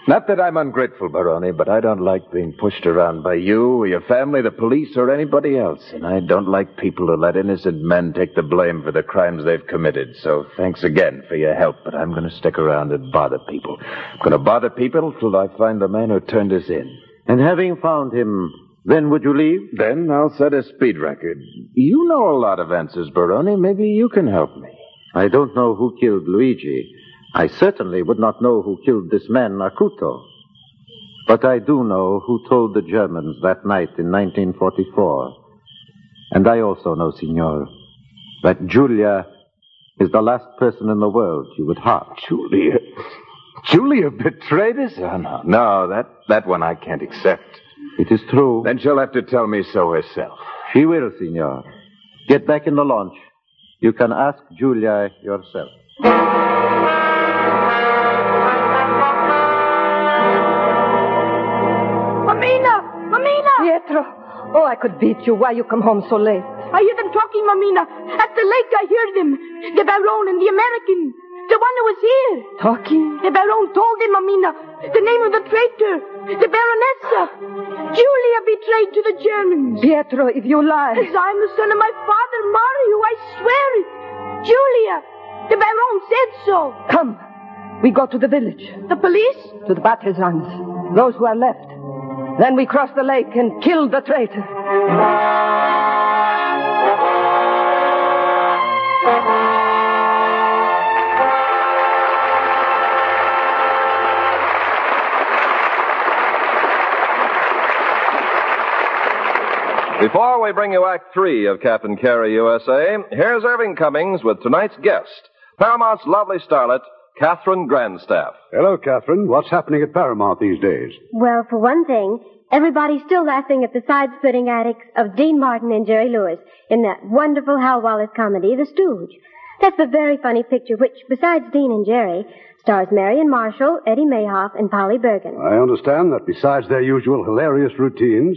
Not that I'm ungrateful, Baroni, but I don't like being pushed around by you, or your family, the police, or anybody else. And I don't like people who let innocent men take the blame for the crimes they've committed. So thanks again for your help, but I'm going to stick around and bother people. I'm going to bother people till I find the man who turned us in.
And having found him, then would you leave?
Then I'll set a speed record. You know a lot of answers, Baroni. Maybe you can help me.
I don't know who killed Luigi. I certainly would not know who killed this man, Nakuto. But I do know who told the Germans that night in 1944. And I also know, Signor, that Julia is the last person in the world you would harm.
Julia? Julia betrayed us? Oh, no, no, that, that one I can't accept.
It is true.
Then she'll have to tell me so herself.
She will, Signor. Get back in the launch. You can ask Julia yourself.
Mamina! Mamina!
Pietro, oh, I could beat you. Why you come home so late?
I hear them talking, Mamina. At the lake, I hear them. The Baron and the American. The one who was here.
Talking?
The Baron told him, Mamina, the name of the traitor. The Baronessa. Julia betrayed to the Germans.
Pietro, if you lie.
As I'm the son of my father, Mario, I swear it. Julia, the Baron said so.
Come. We go to the village.
The police?
To the partisans. Those who are left. Then we cross the lake and kill the traitor.
Before we bring you Act Three of Captain Carey USA, here's Irving Cummings with tonight's guest, Paramount's lovely starlet, Catherine Grandstaff.
Hello, Catherine. What's happening at Paramount these days?
Well, for one thing, everybody's still laughing at the side-splitting antics of Dean Martin and Jerry Lewis in that wonderful Hal Wallace comedy, The Stooge. That's a very funny picture which, besides Dean and Jerry, stars Marion Marshall, Eddie Mayhoff, and Polly Bergen.
I understand that besides their usual hilarious routines,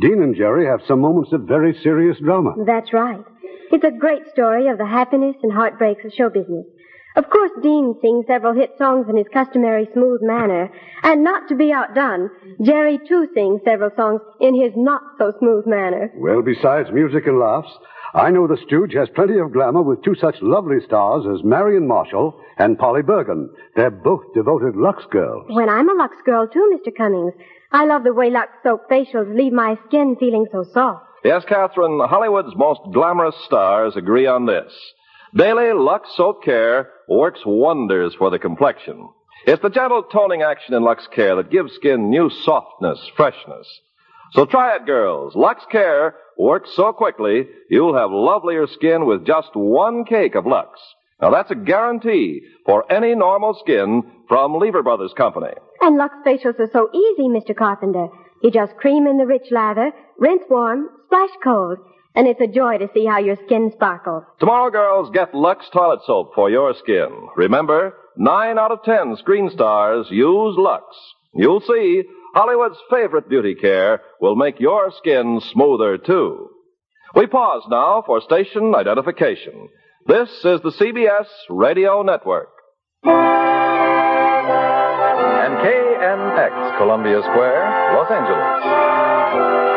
Dean and Jerry have some moments of very serious drama.
That's right. It's a great story of the happiness and heartbreaks of show business. Of course, Dean sings several hit songs in his customary smooth manner, and not to be outdone, Jerry too sings several songs in his not so smooth manner.
Well, besides music and laughs, I know the Stooge has plenty of glamour with two such lovely stars as Marion Marshall and Polly Bergen. They're both devoted Lux girls.
When I'm a Lux girl, too, Mr. Cummings. I love the way Lux soap facials leave my skin feeling so soft.
Yes, Catherine, Hollywood's most glamorous stars agree on this. Daily Lux Soap Care works wonders for the complexion. It's the gentle toning action in Lux Care that gives skin new softness, freshness. So try it, girls. Lux Care works so quickly, you'll have lovelier skin with just one cake of Lux. Now that's a guarantee for any normal skin from Lever Brothers Company.
And Lux facials are so easy, Mr. Carpenter. You just cream in the rich lather, rinse warm, splash cold, and it's a joy to see how your skin sparkles.
Tomorrow, girls, get Lux Toilet Soap for your skin. Remember, nine out of ten screen stars use Lux. You'll see Hollywood's favorite beauty care will make your skin smoother, too. We pause now for station identification. This is the CBS Radio Network.
And KNX, Columbia Square, Los Angeles.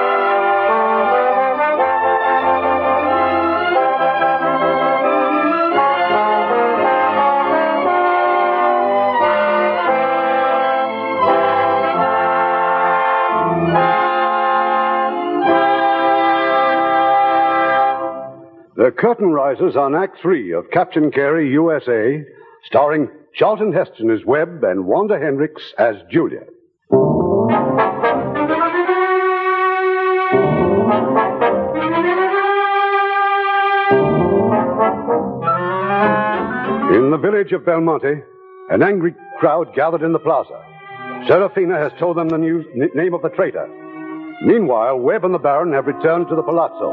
The curtain rises on Act Three of Captain Carey USA, starring Charlton Heston as Webb and Wanda Hendricks as Julia. In the village of Belmonte, an angry crowd gathered in the plaza. Serafina has told them the news, n- name of the traitor. Meanwhile, Webb and the Baron have returned to the palazzo.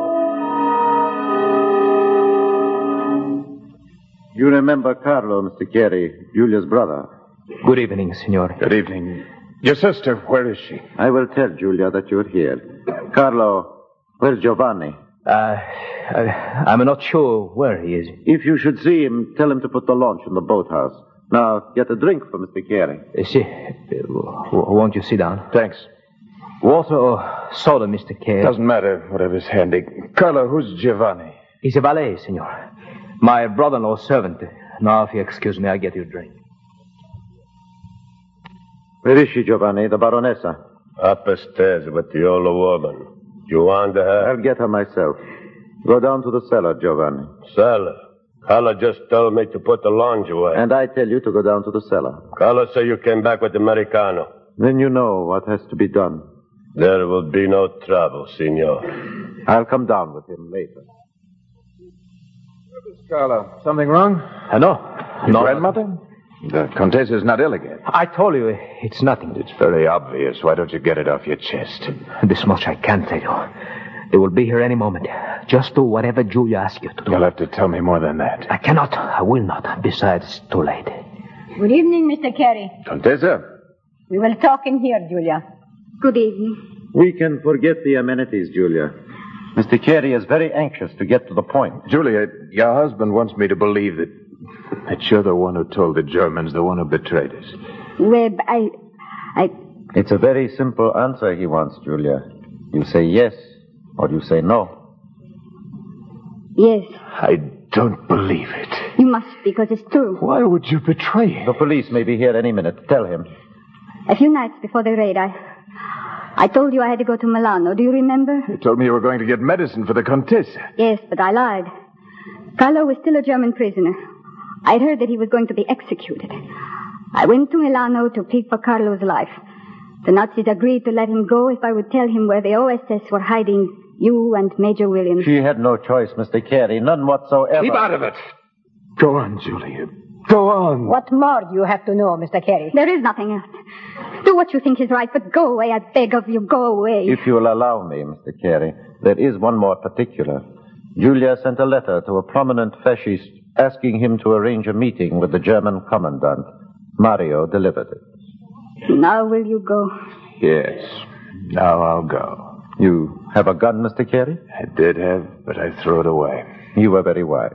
You remember Carlo, Mr. Carey, Julia's brother. Good evening, Signore. Good evening. Your sister, where is she? I will tell Julia that you're here. Carlo, where's Giovanni? Uh, I'm not sure where he is. If you should see him, tell him to put the launch in the boathouse. Now, get a drink for Mr. Carey.
Si. Won't you sit down? Thanks. Water or soda, Mr. Kerr?
Doesn't matter, whatever's handy. Carlo, who's Giovanni?
He's a valet, signor. My brother-in-law's servant. Now, if you excuse me, I'll get you a drink.
Where is she, Giovanni? The Baronessa?
Upper stairs with the old woman. Do you want her?
I'll get her myself. Go down to the cellar, Giovanni.
Cellar. Carla just told me to put the lounge away.
And I tell you to go down to the cellar.
Carla say you came back with Americano.
Then you know what has to be done.
There will be no trouble, senor.
I'll come down with him later.
Carlo, something wrong?
no.
Your
No.
grandmother? Uh, The Contessa's not ill again.
I told you, it's nothing.
It's very obvious. Why don't you get it off your chest?
This much I can tell you. They will be here any moment. Just do whatever Julia asks you to do. You'll have to tell me more than that. I cannot. I will not. Besides, it's too late.
Good evening, Mr. Carey.
Contessa?
We will talk in here, Julia. Good evening.
We can forget the amenities, Julia. Mr. Carey is very anxious to get to the point.
Julia, your husband wants me to believe that, that you're the one who told the Germans, the one who betrayed us.
Webb, I. I.
It's a very simple answer he wants, Julia. You say yes, or you say no.
Yes,
I don't believe it.
you must, because it's true.
Why would you betray him? The police may be here any minute. Tell him.
A few nights before the raid, I. I told you I had to go to Milano. Do you remember?
You told me you were going to get medicine for the Contessa.
Yes, but I lied. Carlo was still a German prisoner. I'd heard that he was going to be executed. I went to Milano to plead for Carlo's life. The Nazis agreed to let him go if I would tell him where the OSS were hiding you and Major Williams.
She had no choice, Mr. Carey. None whatsoever.
Keep out of
it. Go on, Julia. Go on.
What more do you have to know, Mr. Carey?
There is nothing else. Do what you think is right, but go away, I beg of you. Go away.
If you'll allow me, Mr. Carey, there is one more particular. Julia sent a letter to a prominent fascist asking him to arrange a meeting with the German commandant. Mario delivered it.
Now will you go?
Yes. Now I'll Oh, go.
You have a gun, Mr. Carey?
I did have, but I threw it away.
You were very wise.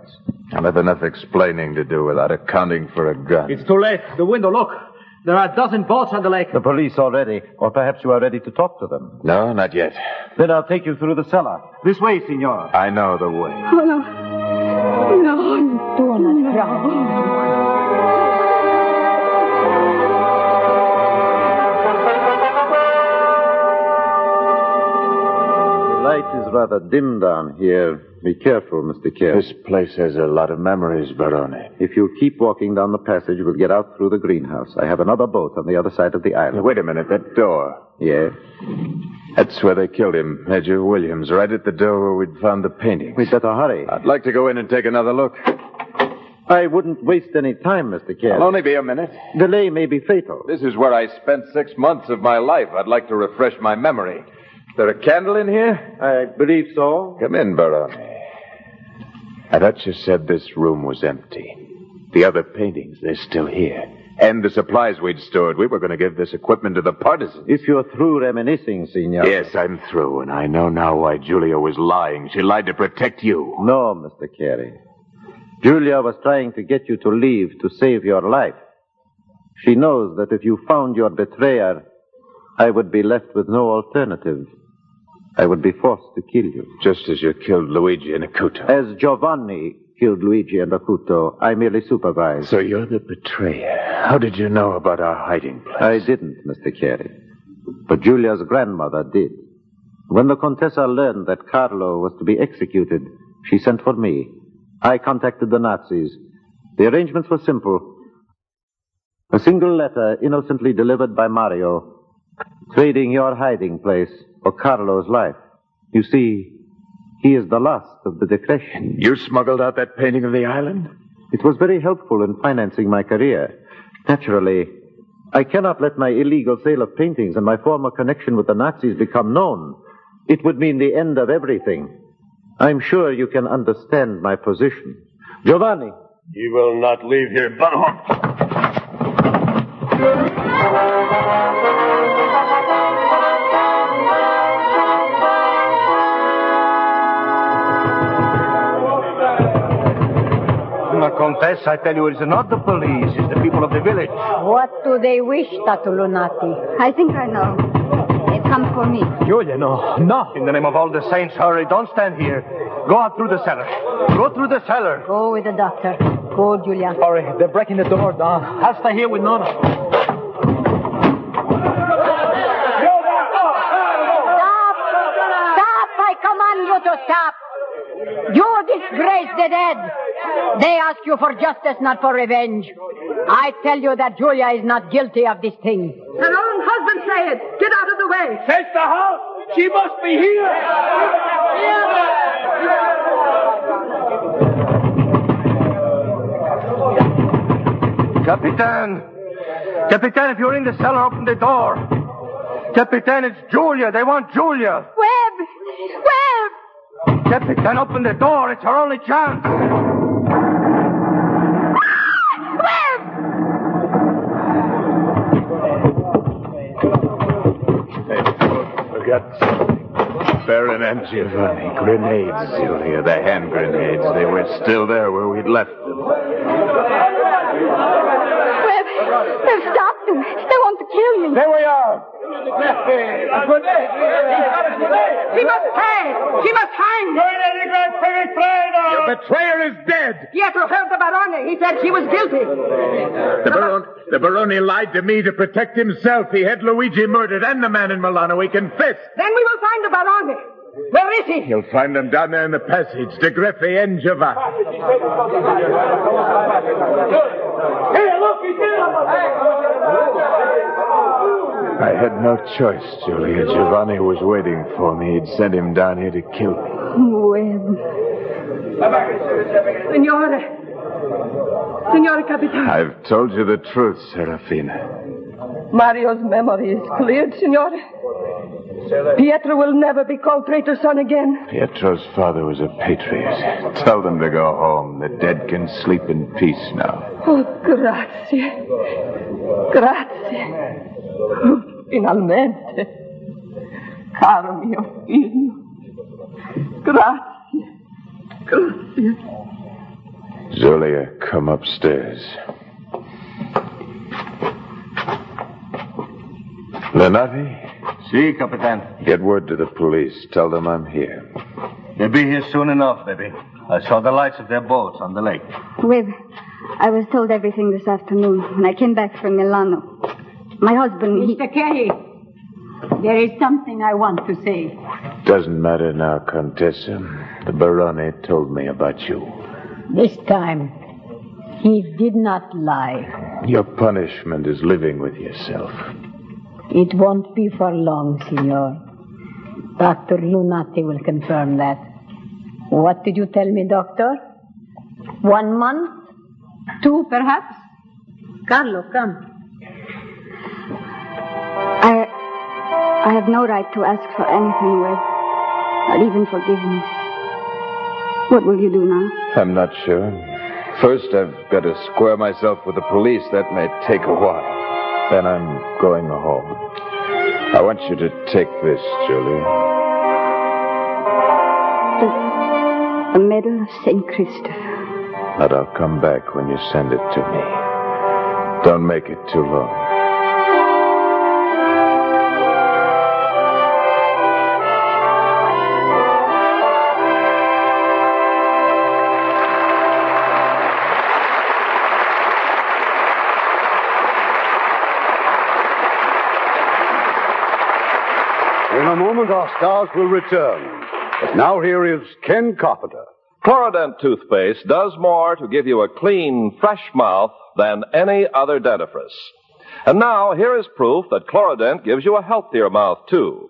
I'll have enough explaining to do without accounting for a gun.
It's too late. The window, look.
There are a dozen boats on the lake.
The police already, or perhaps you are ready to talk to them.
No, not yet.
Then I'll take you through the cellar. This way, senor.
I know the way.
Oh, no. No. Do not
The light is rather dim down here. Be careful, Mr. Kerr. This place has a lot of memories, Barone. If you keep walking down the passage, we'll get out through the greenhouse. I have another boat on the other side of the island.
Wait a minute, that door.
Yeah.
That's where they killed him, Major Williams, right at the door where we'd found the painting. Uh,
We'd better hurry.
I'd like to go in and take another look.
I wouldn't waste any time, Mr. Kerr.
I'll only be a minute.
Delay may be fatal.
This is where I spent six months of my life. I'd like to refresh my memory. Is there a candle in here?
I believe so.
Come in, Barone. I thought you said this room was empty. The other paintings, they're still here. And the supplies we'd stored. We were going to give this equipment to the partisans.
If you're through reminiscing, senor.
Yes, I'm through, and I know now why Julia was lying. She lied to protect you.
No, Mr. Carey. Julia was trying to get you to leave to save your life. She knows that if you found your betrayer, I would be left with no alternative. I would be forced to kill you.
Just as you killed Luigi and Akuto.
As Giovanni killed Luigi and Acuto, I merely supervised.
So you're the betrayer. How did you know about our hiding place?
I didn't, Mr. Carey. But Julia's grandmother did. When the Contessa learned that Carlo was to be executed, she sent for me. I contacted the Nazis. The arrangements were simple. A single letter innocently delivered by Mario, trading your hiding place for Carlo's life. You see, he is the last of the depression.
You smuggled out that painting of the island?
It was very helpful in financing my career. Naturally, I cannot let my illegal sale of paintings and my former connection with the Nazis become known. It would mean the end of everything. I'm sure you can understand my position. Giovanni,
He will not leave here, Barone.
I confess, I tell you, it's not the police, it's the people of the village.
What do they wish, Tatulunati? I think I know. They've come for me.
Julia, no, no. In the name of all the saints, hurry. Don't stand here. Go out through the cellar. Go through the cellar.
Go with the doctor. Go, Julia.
Hurry, they're breaking the door down. I'll stay here with Nona.
Stop! Stop! I command you to stop! You disgrace the dead! They ask you for justice, not for revenge. I tell you that Julia is not guilty of this thing.
Her own husband say it. Get out of the way. Says the house. She must be here.
Capitan! Capitan, if you're in the cellar, open the door. Capitan, it's Julia. They want Julia.
Webb! Webb!
Capitan, open the door. It's her only chance.
I got Baron and Giovanni. Grenades, Julia. The hand grenades. They were still there where we'd left them.
Webb! They've stopped him. They want to kill you.
There we are.
She must hang. She must hang.
Your betrayer is dead.
Yes, you heard the Barone. He said she was guilty.
The Barone, the Barone lied to me to protect himself. He had Luigi murdered and the man in Milano. He confessed.
Then we will find the Barone. Where is he?
You'll find them down there in the passage, De Greffi and Giovanni.
Here, look, he's here.
I had no choice, Julia. Giovanni was waiting for me. He'd sent him down here to kill me.
Senora. Senora Capitan.
I've told you the truth, Serafina.
Mario's memory is cleared, Signore. Pietro will never be called traitor son again.
Pietro's father was a patriot. Tell them to go home. The dead can sleep in peace now.
Oh, grazie. Grazie. Oh, Finalmente. Caro mio figlio. Grazie.
Zulia, come upstairs. Lenati?
Si, Capitan.
Get word to the police. Tell them I'm here.
They'll be here soon enough, baby. I saw the lights of their boats on the lake.
With, I was told everything this afternoon when I came back from Milano. My husband, he...
Mr. Carey, there is something I want to say.
Doesn't matter now, Contessa. The Barone told me about you.
This time, he did not lie.
Your punishment is living with yourself.
It won't be for long, Signor. Dr. Lunati will confirm that. What did you tell me, Doctor? One month? Two, perhaps? Carlo, come.
I, I have no right to ask for anything, Webb. Not even forgiveness. What will you do now?
I'm not sure. First, I've got to square myself with the police. That may take a while. Then I'm going home. I want you to take this, Julia.
The, the medal of St. Christopher.
But I'll come back when you send it to me. Don't make it too long.
In a moment, our stars will return. But now here is Ken Carpenter.
Clorodent toothpaste does more to give you a clean, fresh mouth than any other dentifrice. And now, here is proof that Clorodent gives you a healthier mouth, too.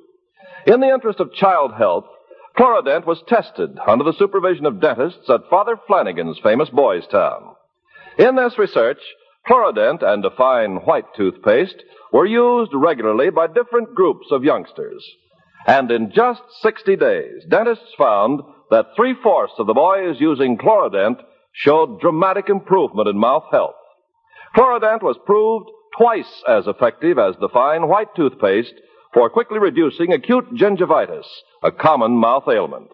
In the interest of child health, Clorodent was tested under the supervision of dentists at Father Flanagan's famous boys' town. In this research, Clorodent and Define White toothpaste were used regularly by different groups of youngsters. And in just 60 days, dentists found that three fourths of the boys using Chlorodent showed dramatic improvement in mouth health. Chlorodent was proved twice as effective as the fine white toothpaste for quickly reducing acute gingivitis, a common mouth ailment.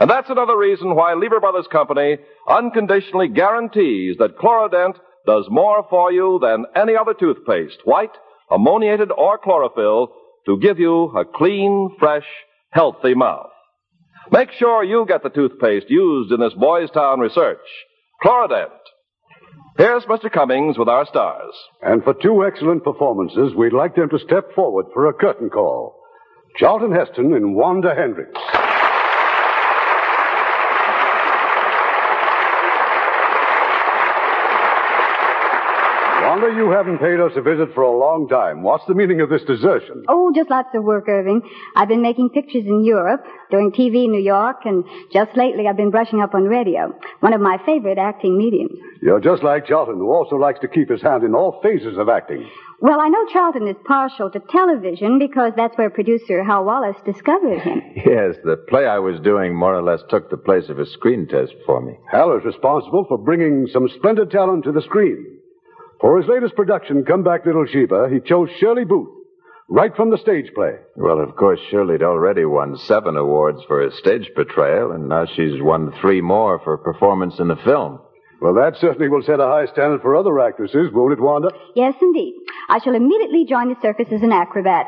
And that's another reason why Lever Brothers Company unconditionally guarantees that Chlorodent does more for you than any other toothpaste, white, ammoniated, or chlorophyll, to give you a clean, fresh, healthy mouth. Make sure you get the toothpaste used in this Boys Town research, Chlorodent. Here's Mr. Cummings with our stars. (laughs)
And for two excellent performances, we'd like them to step forward for a curtain call. Charlton Heston and Wanda Hendricks. Wanda, you haven't paid us a visit for a long time. What's the meaning of this desertion?
Oh, just lots of work, Irving. I've been making pictures in Europe, doing TV in New York, and just lately I've been brushing up on radio, one of my favorite acting mediums.
You're just like Charlton, who also likes to keep his hand in all phases of acting.
Well, I know Charlton is partial to television because that's where producer Hal Wallace discovered him.
Yes, the play I was doing more or less took the place of a screen test for me.
Hal is responsible for bringing some splendid talent to the screen. For his latest production, Come Back Little Sheba, he chose Shirley Booth, right from the stage play.
Well, of course, Shirley'd already won seven awards for her stage portrayal, and now she's won three more for performance in the film.
Well, that certainly will set a high standard for other actresses, won't it, Wanda?
Yes, indeed. I shall immediately join the circus as an acrobat.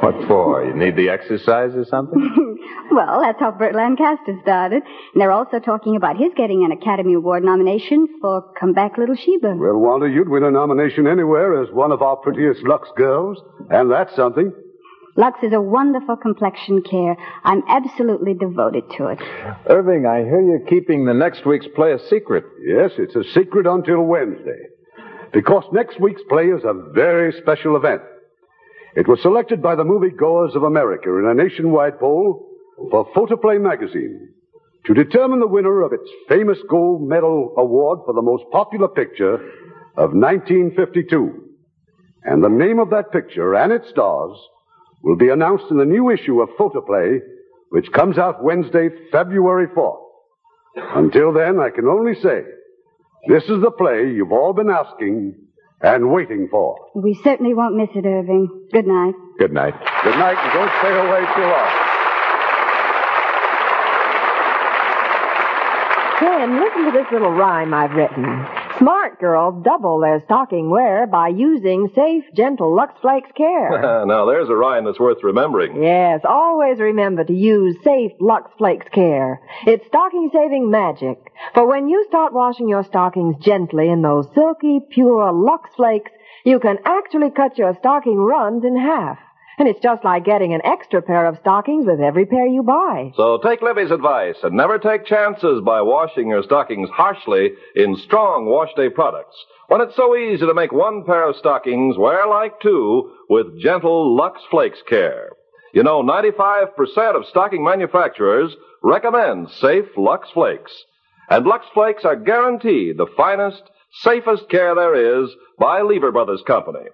What for? You need the exercise or something?
(laughs)
Well, that's how Burt Lancaster started. And they're also talking about his getting an Academy Award nomination for Come Back Little Sheba.
Well, Wanda, you'd win a nomination anywhere as one of our prettiest Lux girls, and that's something.
Lux is a wonderful complexion care. I'm absolutely devoted to it.
Irving, I hear you're keeping the next week's play a secret.
Yes, it's a secret until Wednesday. Because next week's play is a very special event. It was selected by the moviegoers of America in a nationwide poll for Photoplay magazine to determine the winner of its famous gold medal award for the most popular picture of 1952. And the name of that picture and its stars will be announced in the new issue of Photoplay, which comes out Wednesday, February 4th. Until then, I can only say, this is the play you've all been asking and waiting for.
We certainly won't miss it, Irving. Good night.
Good night.
Good night, and don't stay away too long.
Ken, listen to this little rhyme I've written.
Smart girls double their stocking wear by using safe, gentle Lux Flakes
(laughs)
care.
now, there's a rhyme that's worth remembering.
yes, always remember to use safe Lux Flakes care. It's stocking saving magic. For when you start washing your stockings gently in those silky, pure Lux Flakes, you can actually cut your stocking runs in half. And it's just like getting an extra pair of stockings with every pair you buy.
So take Livy's advice and never take chances by washing your stockings harshly in strong wash day products. When it's so easy to make one pair of stockings wear like two with gentle Lux Flakes care. You know, 95% of stocking manufacturers recommend safe Lux Flakes. And Lux Flakes are guaranteed the finest, safest care there is by Lever Brothers Company.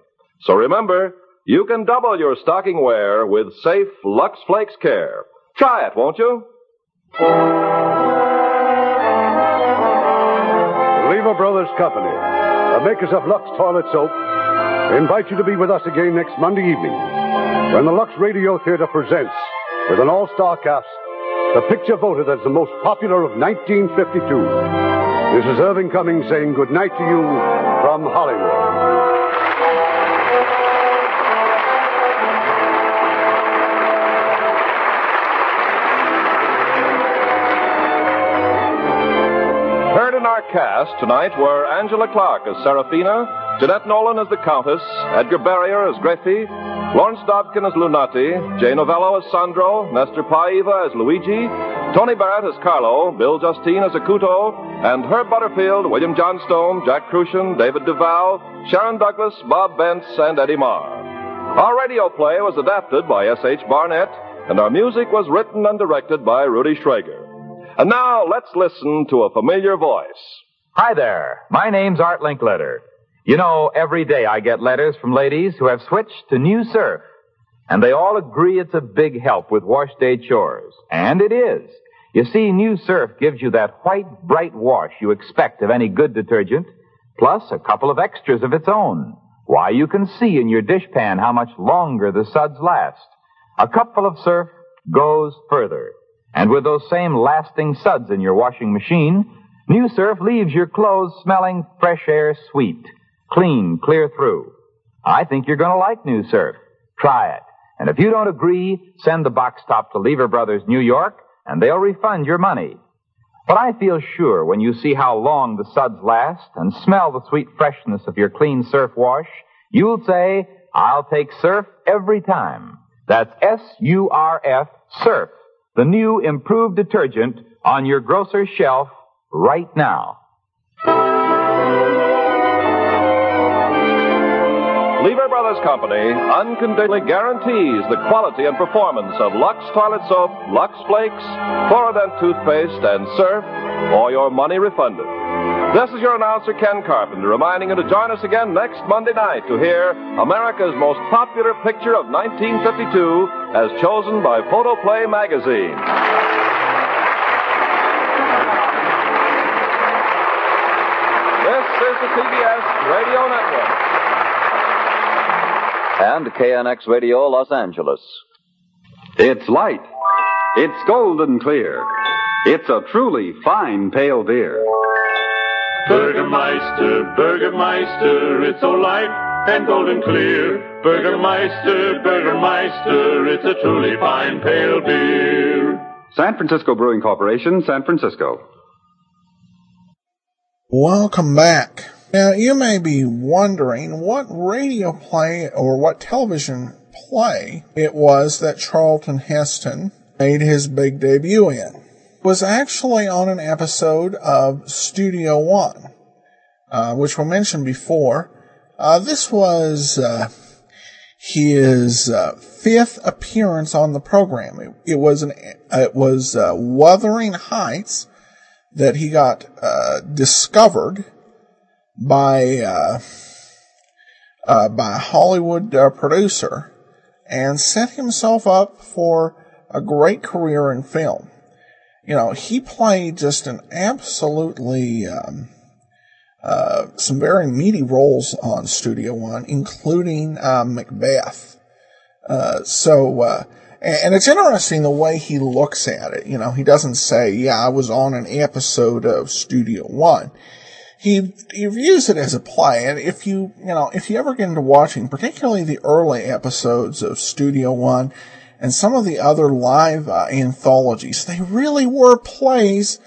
So remember, you can double your stocking wear with safe Lux Flakes care. Try it, won't you?
Lever Brothers Company, the makers of Lux Toilet Soap, invite you to be with us again next Monday evening when the Lux Radio Theater presents, with an all star cast, the picture voted as the most popular of 1952. This is Irving Cummings saying good night to you from Hollywood.
Heard in our cast tonight were Angela Clark as Serafina, Jeanette Nolan as the Countess, Edgar Barrier as Greffy, Lawrence Dobkin as Lunati, Jay Novello as Sandro, Nestor Paiva as Luigi, Tony Barrett as Carlo, Bill Justine as Acuto, and Herb Butterfield, William Johnstone, Jack Crucian, David DeVal, Sharon Douglas, Bob Bentz, and Eddie Marr. Our radio play was adapted by S.H. Barnett, and our music was written and directed by Rudy Schrager. And now let's listen to a familiar voice.
Hi there. My name's Art Linkletter. You know, every day I get letters from ladies who have switched to new surf. And they all agree it's a big help with wash day chores. And it is. You see, new surf gives you that white, bright wash you expect of any good detergent, plus a couple of extras of its own. Why, you can see in your dishpan how much longer the suds last. A cupful of surf goes further. And with those same lasting suds in your washing machine, New Surf leaves your clothes smelling fresh air sweet, clean, clear through. I think you're going to like New Surf. Try it. And if you don't agree, send the box top to Lever Brothers, New York, and they'll refund your money. But I feel sure when you see how long the suds last and smell the sweet freshness of your clean surf wash, you'll say, I'll take surf every time. That's S-U-R-F, surf, the new improved detergent on your grocer's shelf right now.
Lever Brothers Company unconditionally guarantees the quality and performance of Lux Toilet Soap, Lux Flakes, Florodent Toothpaste, and Surf, or your money refunded. This is your announcer, Ken Carpenter, reminding you to join us again next Monday night to hear America's most popular picture of 1952 as chosen by Photoplay Magazine. This is the CBS Radio Network.
and KNX Radio Los Angeles. It's light. It's golden clear. It's a truly fine pale beer.
Burgermeister, Burgermeister, it's so light and golden clear. Burgermeister, Burgermeister, it's a truly fine pale beer.
San Francisco Brewing Corporation, San Francisco.
Welcome back. Now, you may be wondering what radio play or what television play it was that Charlton Heston made his big debut in. It was actually on an episode of Studio One, uh, which we mentioned before. Uh, this was uh, his uh, fifth appearance on the program. It, it was an it was uh, Wuthering Heights that he got uh, discovered by uh, uh, by a Hollywood uh, producer and set himself up for a great career in film. You know, he played just an absolutely um, uh, some very meaty roles on Studio One, including uh, Macbeth. Uh, so, uh, and, and it's interesting the way he looks at it. You know, he doesn't say, "Yeah, I was on an episode of Studio One." he he views it as a play, and if you you know if you ever get into watching, particularly the early episodes of Studio One and some of the other live uh, anthologies, they really were plays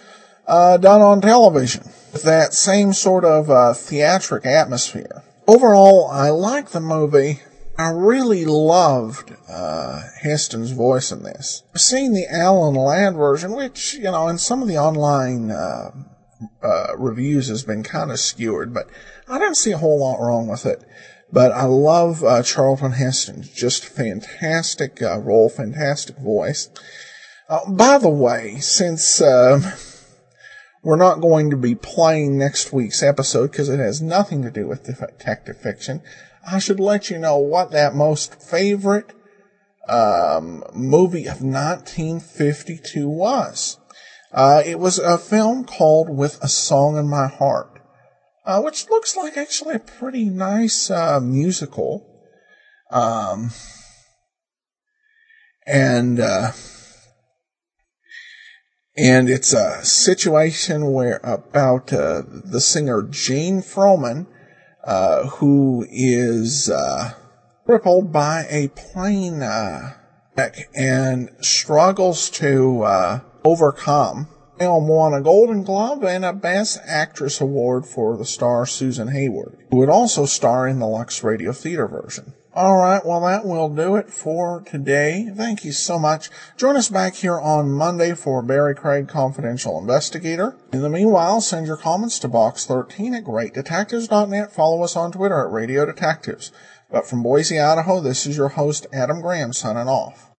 uh, done on television. That same sort of uh, theatric atmosphere. Overall, I like the movie. I really loved uh, Heston's voice in this. Seeing the Alan Ladd version, which you know, in some of the online uh, uh, reviews has been kind of skewered, but I don't see a whole lot wrong with it. But I love uh, Charlton Heston. Just fantastic uh, role, fantastic voice. Uh, by the way, since um, we're not going to be playing next week's episode because it has nothing to do with detective fiction, I should let you know what that most favorite um, movie of 1952 was. Uh, it was a film called With a Song in My Heart, uh, which looks like actually a pretty nice uh, musical. Um, and uh, and it's a situation where about uh, the singer Gene Froman, uh, who is uh, crippled by a plane uh, wreck and struggles to uh, overcome. Film won a Golden Globe and a Best Actress Award for the star Susan Hayward, who would also star in the Lux Radio Theater version. All right, well, that will do it for today. Thank you so much. Join us back here on Monday for Barry Craig Confidential Investigator. In the meanwhile, send your comments to Box13 at GreatDetectives.net. Follow us on Twitter at Radio Detectives. But from Boise, Idaho, this is your host, Adam Graham, signing off.